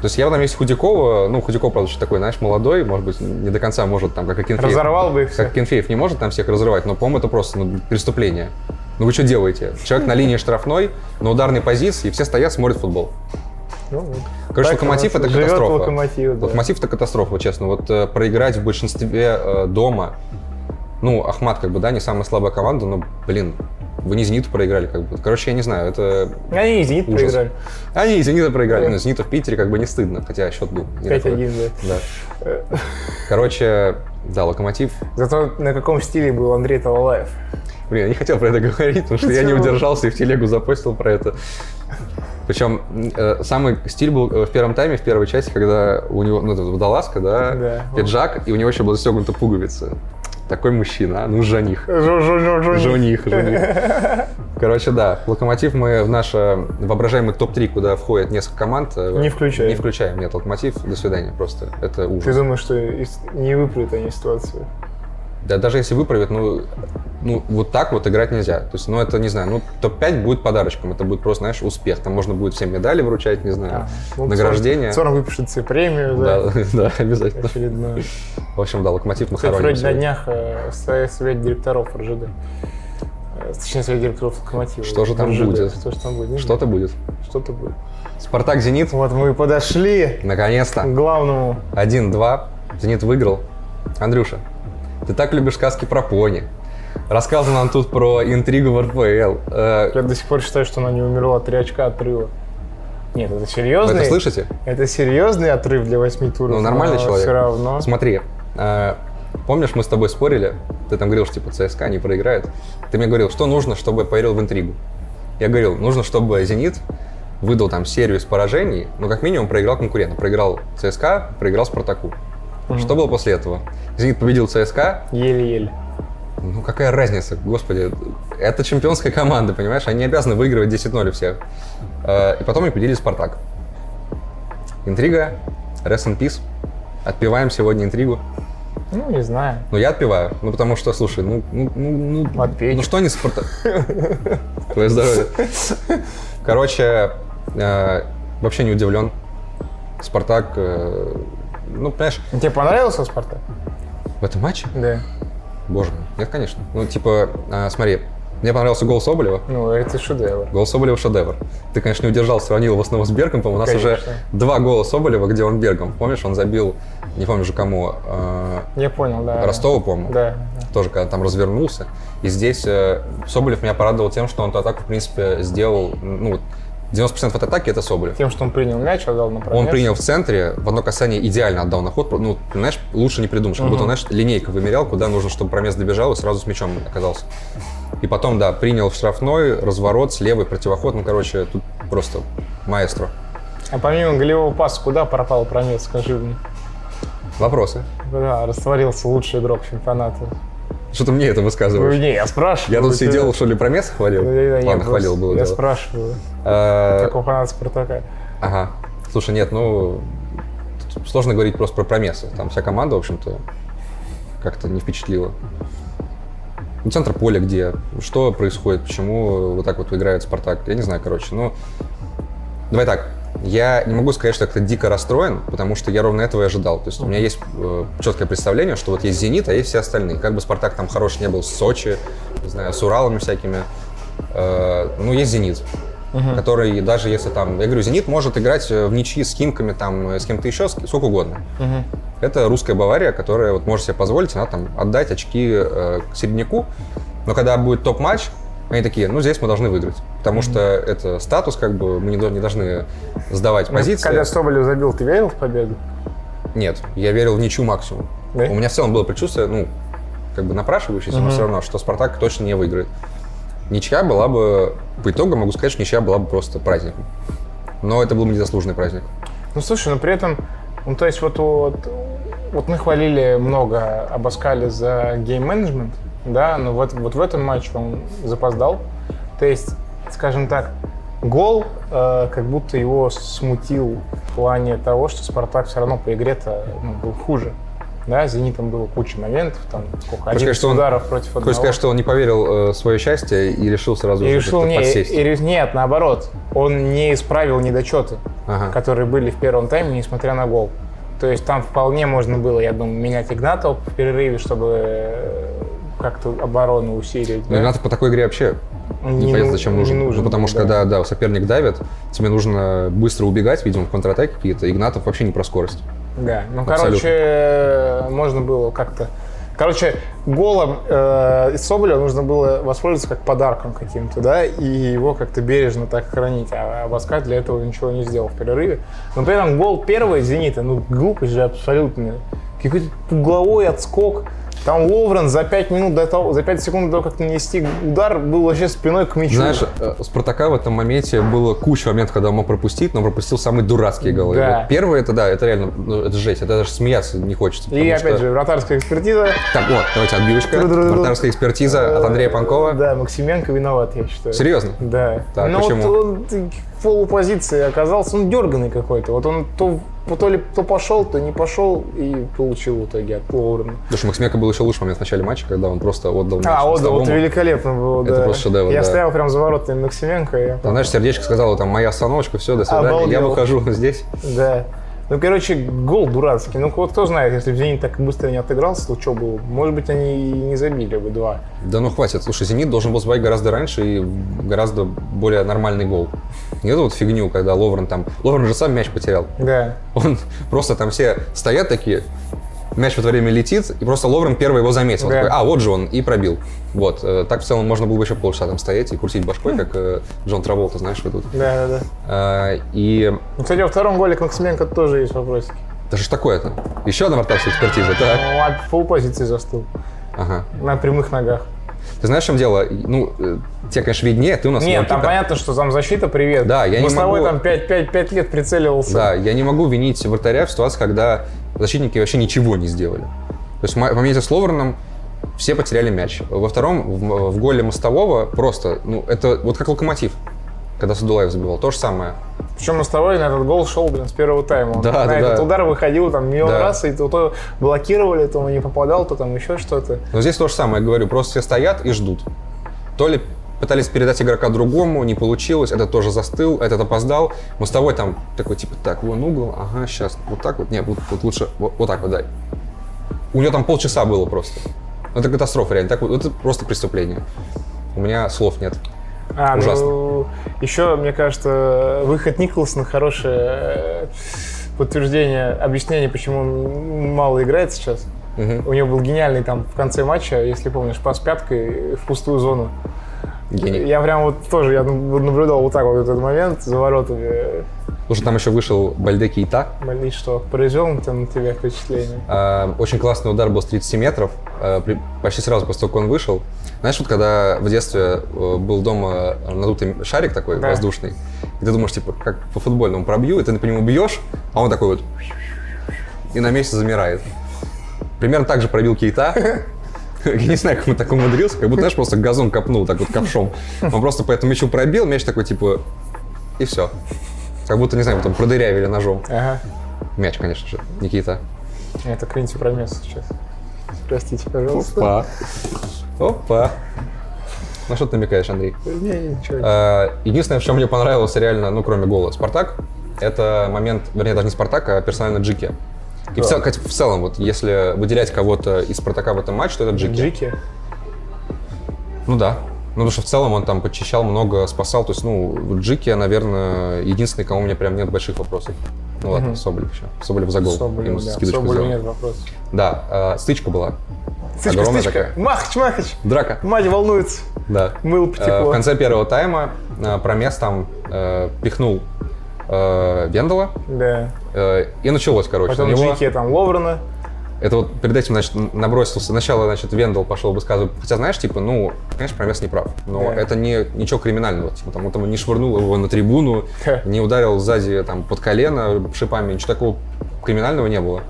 Speaker 2: То есть я бы на месте Худякова, ну, Худяков, правда, еще такой, знаешь, молодой, может быть, не до конца может там, как и Кенфеев.
Speaker 1: Разорвал бы их всех.
Speaker 2: Как Кенфеев не может там всех разрывать, но, по-моему, это просто ну, преступление. Ну вы что делаете? Человек на линии штрафной, на ударной позиции, все стоят, смотрят футбол.
Speaker 1: Ну, вот.
Speaker 2: Короче,
Speaker 1: Так
Speaker 2: локомотив
Speaker 1: у
Speaker 2: это
Speaker 1: нас живет
Speaker 2: катастрофа.
Speaker 1: Локомотив, да.
Speaker 2: Локомотив это катастрофа, вот честно. Вот э, проиграть в большинстве э, дома. Ну, Ахмат, как бы, да, не самая слабая команда, но, блин, вы не Зениту проиграли, как бы. Короче, я не знаю, это
Speaker 1: Они и «Зенит»
Speaker 2: Ужас.
Speaker 1: проиграли.
Speaker 2: они и Зенита проиграли. но Зенита в Питере как бы не стыдно, хотя счет был. не
Speaker 1: 5-1,
Speaker 2: такой. Да. Короче, да, Локомотив.
Speaker 1: да. Зато на каком стиле был Андрей Талалаев.
Speaker 2: Блин, я не хотел про это говорить, потому что я не
Speaker 1: Почему?
Speaker 2: удержался и в телегу запостил про это. Причем э, самый стиль был э, в первом тайме, в первой части, когда у него, ну, это водолазка, да,
Speaker 1: Да.
Speaker 2: пиджак, и у него еще была застегнута пуговица. Такой мужчина, а? ну, жених.
Speaker 1: Жу- жу- жу- жу-
Speaker 2: Жених, жених. Короче, да, Локомотив мы в наш э, воображаемый топ-3, куда входит несколько команд. э,
Speaker 1: Не включаем.
Speaker 2: Не включаем, нет, Локомотив, до свидания просто. Это
Speaker 1: Ты
Speaker 2: ужас.
Speaker 1: думаешь, что из- не выплюют они ситуацию?
Speaker 2: Да даже если выправят, ну, ну, вот так вот играть нельзя. То есть, ну, это, не знаю, ну, топ-5 будет подарочком, это будет просто, знаешь, успех. Там можно будет всем медали вручать, не знаю,
Speaker 1: Ну,
Speaker 2: награждение.
Speaker 1: Цорн выпишет себе премию, да.
Speaker 2: Да, да, обязательно.
Speaker 1: Очередную.
Speaker 2: В общем, да, Локомотив мы
Speaker 1: Кстати, вроде
Speaker 2: хороним
Speaker 1: на
Speaker 2: сегодня.
Speaker 1: днях э, со- совет директоров РЖД. Э, Точнее, совет директоров локомотива.
Speaker 2: Что же там
Speaker 1: РЖД.
Speaker 2: будет?
Speaker 1: Что же там будет? не
Speaker 2: Что-то будет.
Speaker 1: знаю. Что-то будет.
Speaker 2: Спартак Зенит.
Speaker 1: Вот мы и подошли к
Speaker 2: Наконец-то.
Speaker 1: главному.
Speaker 2: 1-2. Зенит выиграл. Андрюша, ты так любишь сказки про пони. Рассказывал нам тут про интригу в РПЛ. Э,
Speaker 1: Я до сих пор считаю, что она не умерла. Три очка отрыва. Нет, это
Speaker 2: Вы
Speaker 1: серьезный.
Speaker 2: это слышите?
Speaker 1: Это серьезный отрыв для восьми туров.
Speaker 2: Ну, нормальный
Speaker 1: но
Speaker 2: человек.
Speaker 1: Все равно.
Speaker 2: Смотри, э, помнишь, мы с тобой спорили? Ты там говорил, что типа ЦСКА не проиграет. Ты мне говорил, что нужно, чтобы я поверил в интригу. Я говорил, нужно, чтобы «Зенит» выдал там серию из поражений, но как минимум проиграл конкурента. Проиграл ЦСКА, проиграл «Спартаку». Что было после этого? «Зенит» победил ЦСКА,
Speaker 1: Еле-еле.
Speaker 2: ну какая разница, господи. Это чемпионская команда, понимаешь? Они не обязаны выигрывать 10-0 у всех. Э, И потом они победили «Спартак». Интрига. Rest in peace. Отпиваем сегодня интригу.
Speaker 1: Ну, не знаю.
Speaker 2: Ну, я отпиваю. Ну, потому что, слушай, ну... Ну, ну, ну,
Speaker 1: Отпей.
Speaker 2: ну что не «Спартак»? Твое здоровье. Короче, э, вообще не удивлен. «Спартак», э, ну, понимаешь,
Speaker 1: Тебе понравился Спартак?
Speaker 2: в этом матче
Speaker 1: Да.
Speaker 2: Боже мой, нет, конечно. Ну, типа, а, смотри, мне понравился гол Соболева.
Speaker 1: Ну, это шедевр.
Speaker 2: Гол Соболева шедевр. Ты, конечно, не удержал, сравнил его снова с Бергом. По-моему, у нас уже
Speaker 1: Конечно.
Speaker 2: два гола Соболева, где он Бергом. Помнишь, он забил, не помню же кому, э,
Speaker 1: Я понял, да.
Speaker 2: Ростову, по-моему.
Speaker 1: Да.
Speaker 2: Тоже, когда там развернулся. И здесь э, Соболев меня порадовал тем, что он эту атаку, в принципе, сделал, ну, 90% от атаки — это Соболев.
Speaker 1: Тем, что он принял мяч, отдал на
Speaker 2: Он принял в центре, в одно касание идеально отдал на ход. Ну, ты знаешь, лучше не придумаешь. Как будто, знаешь, линейка вымерял, куда нужно, чтобы промес добежал и сразу с мячом оказался. И потом, да, принял в штрафной, разворот, с левой, противоход. Ну, короче, тут просто маэстро.
Speaker 1: А помимо голевого паса, куда пропал промец, скажи мне?
Speaker 2: Вопросы?
Speaker 1: Да, растворился лучший игрок чемпионата.
Speaker 2: Что ты мне это
Speaker 1: Ну,
Speaker 2: высказываешь?
Speaker 1: не, я спрашиваю.
Speaker 2: Я тут
Speaker 1: у тебя.
Speaker 2: сидел, что ли, промес хвалил?
Speaker 1: Ну, я- я
Speaker 2: Ладно,
Speaker 1: просто-
Speaker 2: хвалил, было
Speaker 1: Я
Speaker 2: дело.
Speaker 1: спрашиваю,
Speaker 2: Э,
Speaker 1: какого фаната Спартака.
Speaker 2: Ага. Слушай, нет, ну тут сложно говорить просто про промесы. Там вся команда, в общем-то, как-то не впечатлила. Ну, центр поля где? Что происходит? Почему вот так вот играет Спартак? Я не знаю, короче. Ну, давай так. Я не могу сказать, что я как-то дико расстроен, потому что я ровно этого и ожидал. То есть у меня есть э, четкое представление, что вот есть «Зенит», а есть все остальные. Как бы «Спартак» там хорош не был с Сочи, не знаю, с Уралами всякими. э, ну, есть «Зенит», который даже если там... Я говорю, «Зенит» может играть э, в ничьи с «Химками», там, э, с кем-то еще, с- сколько угодно. Это русская Бавария, которая вот может себе позволить, она там отдать очки э, к середняку. Но когда будет топ-матч, они такие, ну здесь мы должны выиграть. Потому что это статус, как бы мы не, до- не должны сдавать позиции.
Speaker 1: Ну, Когда Соболев забил, ты верил в победу?
Speaker 2: Нет, я верил в ничью максимум.
Speaker 1: Да?
Speaker 2: У меня в целом было предчувствие, ну, как бы напрашивающееся, но все равно, что Спартак точно не выиграет. Ничья была бы, по итогу могу сказать, что ничья была бы просто праздником. Но это был бы незаслуженный праздник.
Speaker 1: Ну слушай, ну при этом, ну то есть вот, вот, вот мы хвалили много Абаскали за гейм-менеджмент, да, но вот, вот в этом матче он запоздал. То есть, скажем так, гол э, как будто его смутил в плане того, что Спартак все равно по игре-то ну, был хуже. Да, с Зенитом было куча моментов, там сколько,
Speaker 2: Хочешь
Speaker 1: 11
Speaker 2: сказать, что он-
Speaker 1: ударов против одного.
Speaker 2: Хочешь сказать, что он не поверил э, в свое счастье и решил сразу
Speaker 1: И
Speaker 2: же
Speaker 1: решил,
Speaker 2: как-то
Speaker 1: не,
Speaker 2: подсесть?
Speaker 1: и реш- нет, наоборот, он не исправил недочеты,
Speaker 2: Ага.
Speaker 1: которые были в первом тайме, несмотря на гол. То есть там вполне можно было, я думаю, менять Игнатова в перерыве, чтобы э, как-то оборону усилить.
Speaker 2: Ну,
Speaker 1: да?
Speaker 2: Игнатов по такой игре вообще
Speaker 1: Не
Speaker 2: непонятно,
Speaker 1: ну-
Speaker 2: зачем
Speaker 1: не
Speaker 2: нужен. Ну,
Speaker 1: нужен,
Speaker 2: потому что
Speaker 1: да.
Speaker 2: когда да, соперник давит, тебе нужно быстро убегать, видимо, в контратаке какие-то. Игнатов вообще не про скорость.
Speaker 1: Да, ну,
Speaker 2: Абсолютно.
Speaker 1: короче, э, можно было как-то... Короче, голом э, из Соболева нужно было воспользоваться как подарком каким-то, да, и его как-то бережно так хранить. А Баскат для этого ничего не сделал в перерыве. Но при этом гол первый «Зенита», ну, глупость же абсолютная. Какой-то угловой отскок. Там Ловрен за 5 минут до того, за 5 секунд до того, как нанести удар, был вообще спиной к мячу.
Speaker 2: Знаешь, э, у Спартака в этом моменте было куча моментов, когда он мог пропустить, но пропустил самые дурацкие голы.
Speaker 1: Да.
Speaker 2: Вот первый это да, это реально, ну, это жесть, это даже смеяться не хочется.
Speaker 1: и
Speaker 2: потому
Speaker 1: опять
Speaker 2: что-
Speaker 1: же, вратарская экспертиза.
Speaker 2: Так, вот, давайте отбивочка.
Speaker 1: Тру-тру-тру-тру.
Speaker 2: Вратарская экспертиза от Андрея Панкова.
Speaker 1: Да, Максименко виноват, я считаю.
Speaker 2: Серьезно?
Speaker 1: Да.
Speaker 2: Так,
Speaker 1: Но
Speaker 2: почему?
Speaker 1: вот он ты, в полупозиции оказался, он дерганый какой-то. Вот он то, вот то ли то пошел, то не пошел и получил в итоге от Лоурена.
Speaker 2: Потому что Максименко был еще лучший момент в начале матча, когда он просто отдал мяч
Speaker 1: А, отдал,
Speaker 2: мостовому.
Speaker 1: вот великолепно было,
Speaker 2: Это
Speaker 1: да.
Speaker 2: просто шедевр,
Speaker 1: Я
Speaker 2: да.
Speaker 1: стоял прям за воротами Максименко. и-
Speaker 2: Там, знаешь, сердечко сказала, там, моя остановочка, все, до свидания, я
Speaker 1: Обалдел.
Speaker 2: выхожу здесь.
Speaker 1: Да. Ну, короче, гол дурацкий. Ну, вот кто знает, если бы «Зенит» так быстро не отыгрался, то что было? бы? Может быть, они и не забили бы два.
Speaker 2: Да ну хватит. Слушай, «Зенит» должен был забивать гораздо раньше и гораздо более нормальный гол. Не эту вот фигню, когда Ловрен там... Ловрен же сам мяч потерял.
Speaker 1: Да.
Speaker 2: Он просто там все стоят такие, мяч в это время летит, и просто Ловрен первый его заметил.
Speaker 1: Да.
Speaker 2: Такой, а, вот же он, и пробил. Вот. э, Так в целом можно было бы еще полчаса там стоять и крутить башкой,
Speaker 1: Хм.
Speaker 2: как э, Джон Траволта, знаешь, вот тут.
Speaker 1: Да, да, да.
Speaker 2: А, И
Speaker 1: Ну, Кстати, во втором голе к Максименко тоже есть вопросики.
Speaker 2: да что ж такое-то? Еще одна вратарская экспертиза, так.
Speaker 1: Ну, а в полпозиции застыл.
Speaker 2: Ага.
Speaker 1: На прямых ногах.
Speaker 2: Ты знаешь, в чем дело? Ну, э, тебе, конечно, виднее, ты у нас
Speaker 1: Нет, там
Speaker 2: голкипер.
Speaker 1: понятно, что там защита, привет.
Speaker 2: Да, я не
Speaker 1: Мостовой
Speaker 2: могу-
Speaker 1: там 5-5 лет прицеливался.
Speaker 2: Да, я не могу винить вратаря в ситуации, когда защитники вообще ничего не сделали. То есть в мо- в моменте с Ловреном все потеряли мяч. Во втором, в, в голе Мостового, просто, ну, это вот как локомотив, когда Садулаев забивал, то же самое.
Speaker 1: Причем мостовой на этот гол шел, блин, с первого тайма. Он
Speaker 2: Да,
Speaker 1: на
Speaker 2: да,
Speaker 1: этот
Speaker 2: да.
Speaker 1: удар выходил там миллион
Speaker 2: Да.
Speaker 1: раз, и то, то блокировали, то он не попадал, то там еще что-то.
Speaker 2: Но здесь то же самое, я говорю, просто все стоят и ждут. То ли пытались передать игрока другому, не получилось, этот тоже застыл, этот опоздал. Мостовой там такой, типа, так, вон угол, ага, сейчас, вот так вот, нет, вот, вот лучше вот, вот так вот дай. У него там полчаса было просто. Ну, Это катастрофа реально, так, вот, это просто преступление. У меня слов нет.
Speaker 1: А,
Speaker 2: Ужасно.
Speaker 1: ну, еще, мне кажется, выход Николсона хорошее э, подтверждение, объяснение, почему он мало играет сейчас.
Speaker 2: Мгм.
Speaker 1: У него был гениальный там в конце матча, если помнишь, пас пяткой в пустую зону.
Speaker 2: Гений.
Speaker 1: Я прям вот тоже, я наблюдал вот так вот этот момент за воротами.
Speaker 2: Слушай, там еще вышел Бальдеки Ита.
Speaker 1: Молись, что произвел он там на тебя впечатление.
Speaker 2: А, Очень классный удар был с 30 метров, а, при- почти сразу после того, как он вышел. Знаешь, вот когда в детстве э, был дома надутый шарик такой
Speaker 1: Да.
Speaker 2: воздушный, и ты думаешь, типа, как по футбольному пробью, и ты по нему бьешь, а он такой вот и на месте замирает. Примерно так же пробил Кейта. Я не знаю, как он так умудрился, как будто, знаешь, просто газон копнул так вот ковшом. Он просто по этому мячу пробил, мяч такой, типа, и все. Как будто, не знаю, там продырявили ножом.
Speaker 1: Ага.
Speaker 2: Мяч, конечно же, Никита.
Speaker 1: Это Квинти промес сейчас. Простите, пожалуйста.
Speaker 2: Опа. Опа. На что ты намекаешь, Андрей?
Speaker 1: Не, ничего.
Speaker 2: Э, Единственное, в чем мне понравилось реально, ну, кроме гола, Спартак, это момент, вернее, даже не Спартак, а персонально Джики. И в, цел- хотя в целом, вот если выделять кого-то из Спартака в этом матче, то это Джики.
Speaker 1: Джики.
Speaker 2: Ну да. Ну, потому что в целом он там подчищал много, спасал. То есть, ну, Джики, наверное, единственный, кому у меня прям нет больших вопросов. Ну ладно, Соболев еще. Соболев за гол. Ему
Speaker 1: Соболев, да.
Speaker 2: скидочку
Speaker 1: Соболев
Speaker 2: сделал.
Speaker 1: нет вопросов.
Speaker 2: Да, э, стычка была.
Speaker 1: Стычка,
Speaker 2: Огромная
Speaker 1: стычка.
Speaker 2: такая.
Speaker 1: Махач, махач.
Speaker 2: Драка.
Speaker 1: Мать волнуется.
Speaker 2: Да.
Speaker 1: Мыло
Speaker 2: Э,
Speaker 1: потекло.
Speaker 2: В конце первого тайма э, Промес там э, пихнул э, Вендела,
Speaker 1: Да.
Speaker 2: э, и началось, короче.
Speaker 1: Потом
Speaker 2: на него-
Speaker 1: Джики, там Ловрена.
Speaker 2: Это вот перед этим, значит, набросился. Сначала, значит, Вендел пошел высказывать. Хотя, знаешь, типа, ну, конечно, Промес не прав. Но
Speaker 1: Да.
Speaker 2: это не, ничего криминального. Типа, там, он там не швырнул его на трибуну,
Speaker 1: Ха.
Speaker 2: не ударил сзади там, под колено шипами. Ничего такого криминального не было.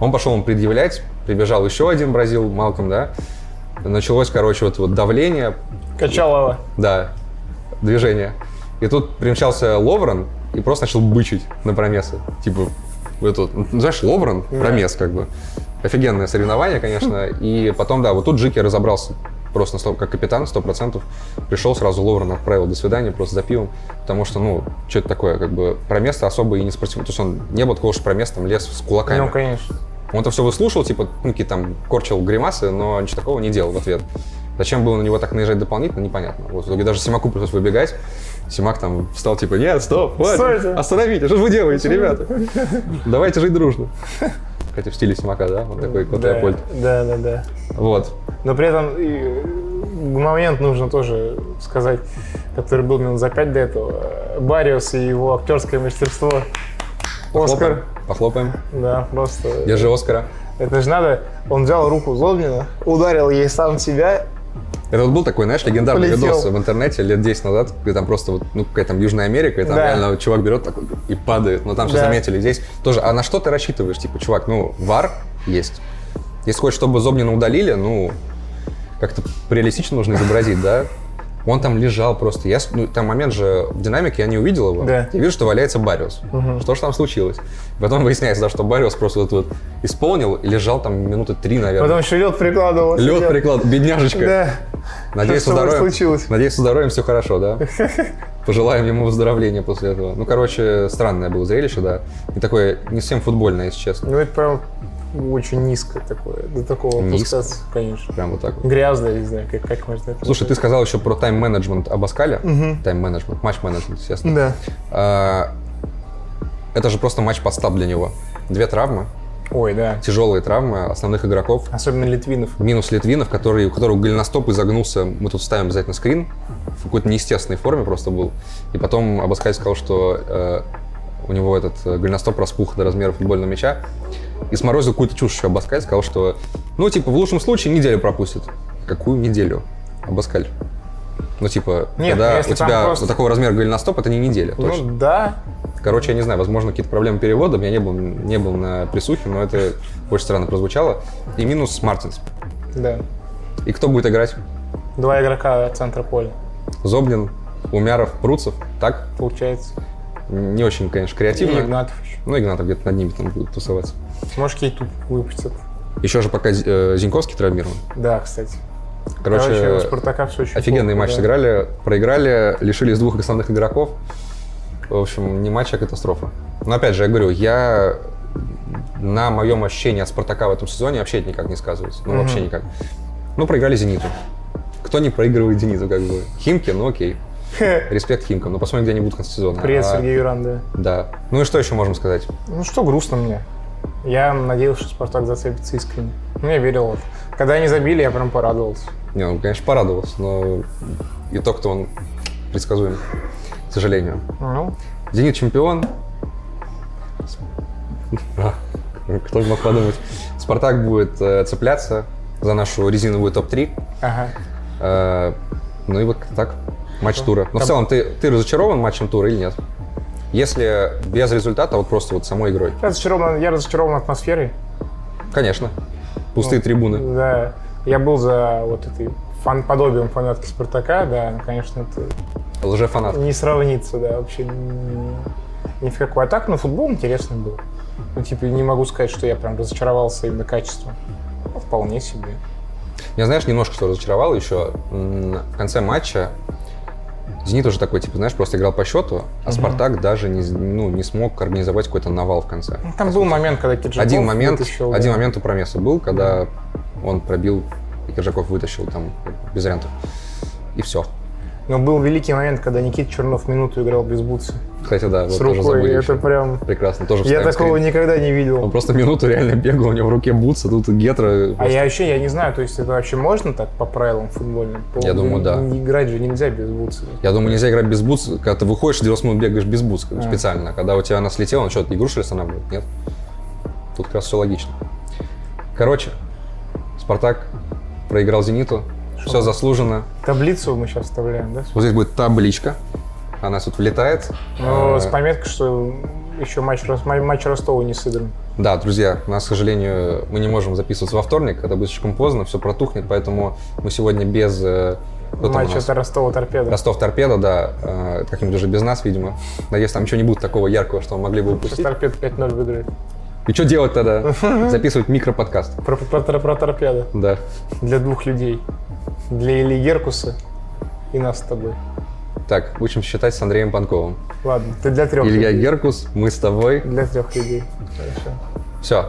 Speaker 2: Он пошел им предъявлять. Прибежал еще один бразил, Малком, да. Началось, короче, вот, вот давление.
Speaker 1: Качалова.
Speaker 2: Да, движение. И тут примчался Ловрен и просто начал бычить на промесы. Типа, вот тут, ну, знаешь, Ловрен, промес как бы. Офигенное соревнование, конечно. И потом, да, вот тут Джики разобрался просто на сто- как капитан, сто процентов. Пришел сразу Ловрен, отправил до свидания, просто за пивом. Потому что, ну, что это такое, как бы, промес особо и не спортивный. То есть он не был такого, что промес там лез с кулаками.
Speaker 1: Ну, конечно.
Speaker 2: Он это все выслушал, типа, ну, какие там корчил гримасы, но ничего такого не делал в ответ. Зачем было на него так наезжать дополнительно, непонятно. Вот, в итоге даже Симаку пришлось выбегать. Симак там встал, типа, нет, стоп, хватит,
Speaker 1: Стойте!»
Speaker 2: остановите, что же вы делаете, ребята? Давайте жить дружно. Хотя в стиле Симака, да? Он такой кот
Speaker 1: Да, да, да, да.
Speaker 2: Вот.
Speaker 1: Но при этом и, э, момент нужно тоже сказать, который был минут за пять до этого. Бариус и его актерское мастерство. Оскар.
Speaker 2: Похлопаем. Похлопаем.
Speaker 1: Да, просто.
Speaker 2: Держи Оскара.
Speaker 1: Это же надо. Он взял руку Злобнина, ударил ей сам себя.
Speaker 2: Это вот был такой, знаешь, легендарный
Speaker 1: Полетел.
Speaker 2: видос в интернете лет 10 назад, где там просто вот, ну, какая там Южная Америка, и там
Speaker 1: Да.
Speaker 2: реально чувак берет такой и падает. Но там все
Speaker 1: Да.
Speaker 2: заметили здесь тоже. А на что ты рассчитываешь? Типа, чувак, ну, вар есть. Если хочешь, чтобы Зобнина удалили, ну, как-то реалистично нужно изобразить, да? Он там лежал просто. Я, с- ну, там момент же в динамике, я не увидел его.
Speaker 1: Да.
Speaker 2: Я вижу, что валяется Бариус. Что же там случилось? Потом выясняется, да, что Бариус просто вот, вот исполнил и лежал там минуты три, наверное.
Speaker 1: Потом еще лед прикладывал.
Speaker 2: Лед
Speaker 1: сидел.
Speaker 2: приклад, бедняжечка.
Speaker 1: Да.
Speaker 2: Надеюсь,
Speaker 1: Что с
Speaker 2: со
Speaker 1: тобой
Speaker 2: здоровьем,
Speaker 1: случилось?
Speaker 2: Надеюсь, со здоровьем все хорошо, да? Пожелаем ему выздоровления после этого. Ну, короче, странное было зрелище, да. И такое не совсем футбольное, если честно.
Speaker 1: Ну, это прям очень низко такое. До такого
Speaker 2: Низко?
Speaker 1: опускаться, конечно.
Speaker 2: Прям вот так вот.
Speaker 1: Грязно, я не знаю, как, как можно это
Speaker 2: Слушай, ты сказал еще про тайм-менеджмент Абаскаля. Тайм-менеджмент, матч-менеджмент, естественно.
Speaker 1: Да.
Speaker 2: А, это же просто матч подстав для него. Две травмы.
Speaker 1: Ой, да.
Speaker 2: Тяжелые травмы основных игроков.
Speaker 1: Особенно Литвинов.
Speaker 2: Минус Литвинов, который, у которого голеностоп изогнулся, мы тут ставим обязательно скрин, в какой-то неестественной форме просто был. И потом Абаскай сказал, что э, у него этот э, голеностоп распух до размера футбольного мяча. И сморозил какую-то чушь еще Абаскаль, сказал, что, ну, типа, в лучшем случае неделю пропустит. Какую неделю? Абаскаль. Ну, типа,
Speaker 1: Нет,
Speaker 2: когда у
Speaker 1: если там
Speaker 2: тебя
Speaker 1: просто-
Speaker 2: вот такого размера голеностоп, это не неделя точно.
Speaker 1: Ну да.
Speaker 2: Короче, я не знаю, возможно, какие-то проблемы перевода. Я не был, не был на присухе, но это очень странно прозвучало. И минус Мартинс.
Speaker 1: Да.
Speaker 2: И кто будет играть?
Speaker 1: Два игрока от центра поля,
Speaker 2: Зоблин, Умяров, Пруцев. Так?
Speaker 1: получается.
Speaker 2: Не очень, конечно,
Speaker 1: И
Speaker 2: креативно.
Speaker 1: Игнатов еще.
Speaker 2: Ну, Игнатов где-то над ними там будет тусоваться.
Speaker 1: Может, Кейту выпустят.
Speaker 2: Еще же пока э, Зиньковский травмирован.
Speaker 1: Да, кстати.
Speaker 2: Короче,
Speaker 1: у Спартака все очень
Speaker 2: офигенный
Speaker 1: плохо,
Speaker 2: матч
Speaker 1: да.
Speaker 2: сыграли, проиграли, лишились двух основных игроков. В общем, не матч, а катастрофа. Но опять же, я говорю, я на моем ощущении от Спартака в этом сезоне вообще это никак не сказывается. Ну, вообще никак. Ну, проиграли Зениту. Кто не проигрывает Зениту, как бы? Химки, ну окей. Респект Химкам. Но посмотрим, где они будут к концу сезона.
Speaker 1: Привет,
Speaker 2: А,
Speaker 1: Сергей Юран, да.
Speaker 2: Да. Ну и что еще можем сказать?
Speaker 1: Ну что, грустно мне. Я надеялся, что Спартак зацепится искренне. Ну, я верил. вот. Когда они забили, я прям порадовался.
Speaker 2: Не, ну, конечно, порадовался, но итог-то он предсказуем, к сожалению.
Speaker 1: Ну,
Speaker 2: Зенит чемпион. А, Кто же мог подумать? Спартак будет э, цепляться за нашу резиновую топ-3.
Speaker 1: ага.
Speaker 2: Э, ну и вот так. Матч тура. Но в целом, ты, ты разочарован матчем тура или нет? Если без результата, вот просто вот самой игрой.
Speaker 1: Разочарован, я разочарован атмосферой.
Speaker 2: Конечно. Пустые трибуны.
Speaker 1: Да. Я был за вот этой фан подобием фанатки Спартака, да, ну, конечно, это
Speaker 2: Лжефанат.
Speaker 1: не сравнится, да, вообще ни, ни в какую. А так, ну, футбол интересный был. Ну, типа, не могу сказать, что я прям разочаровался именно качеством. Ну, вполне себе.
Speaker 2: Меня, знаешь, немножко что разочаровало еще. М, В конце матча Зенит уже такой, типа, знаешь, просто играл по счету, а Спартак даже не, ну, не смог организовать какой-то навал в конце.
Speaker 1: Ну, Там был момент, когда Киржаков
Speaker 2: один момент,
Speaker 1: вытащил,
Speaker 2: один
Speaker 1: да.
Speaker 2: момент у Промеса был, когда он пробил, и Киржаков вытащил там без вариантов. И все.
Speaker 1: Но был великий момент, когда Никита Чернов минуту играл без бутса.
Speaker 2: Кстати, да, вот
Speaker 1: с
Speaker 2: тоже
Speaker 1: рукой.
Speaker 2: забыли.
Speaker 1: Это
Speaker 2: еще.
Speaker 1: прям...
Speaker 2: Прекрасно, тоже
Speaker 1: Я
Speaker 2: вставим
Speaker 1: такого
Speaker 2: скрин.
Speaker 1: никогда не видел.
Speaker 2: Он просто минуту реально бегал, у него в руке бутсы, тут гетра.
Speaker 1: А я вообще, я не знаю, то есть это вообще можно так по правилам футбольным? По-
Speaker 2: Я думаю, да.
Speaker 1: не- Играть же нельзя без бутса.
Speaker 2: Я думаю, нельзя играть без бутс, когда ты выходишь, 90 минут бегаешь без бутс как бы, специально. А Когда у тебя она слетела, он что, игру что ли останавливает? Нет. Тут как раз все логично. Короче, Спартак проиграл Зениту. Все заслуженно.
Speaker 1: Таблицу мы сейчас вставляем, да?
Speaker 2: Вот здесь будет табличка. Она тут влетает.
Speaker 1: Ну,
Speaker 2: Э,
Speaker 1: с пометкой, что еще матч, Рос- ма- матч Ростова не сыгран.
Speaker 2: Да, друзья, у нас, к сожалению, мы не можем записываться во вторник, это будет слишком поздно, все протухнет, поэтому мы сегодня без... э, кто там у
Speaker 1: Матч
Speaker 2: нас?
Speaker 1: это Ростова Торпеда.
Speaker 2: Ростов Торпеда, да, э, как-нибудь уже без нас, видимо. Надеюсь, там ничего не будет такого яркого, что мы могли бы
Speaker 1: Сейчас
Speaker 2: упустить.
Speaker 1: Торпед 5-0 выиграет.
Speaker 2: И что делать тогда? Записывать микроподкаст.
Speaker 1: Про, про, про- про Торпеду.
Speaker 2: Да.
Speaker 1: Для двух людей. Для Ильи Геркуса и нас с тобой.
Speaker 2: Так, учимся считать с Андреем Панковым.
Speaker 1: Ладно, ты для трех
Speaker 2: Илья
Speaker 1: людей.
Speaker 2: Геркус, мы с тобой.
Speaker 1: Для трех людей. Хорошо.
Speaker 2: Все,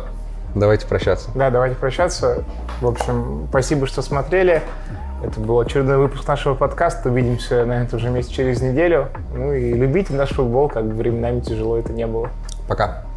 Speaker 2: давайте прощаться.
Speaker 1: Да, давайте прощаться. В общем, спасибо, что смотрели. Это был очередной выпуск нашего подкаста. Увидимся, наверное, уже месяц через неделю. Ну и любите наш футбол, как бы временами тяжело это не было.
Speaker 2: Пока.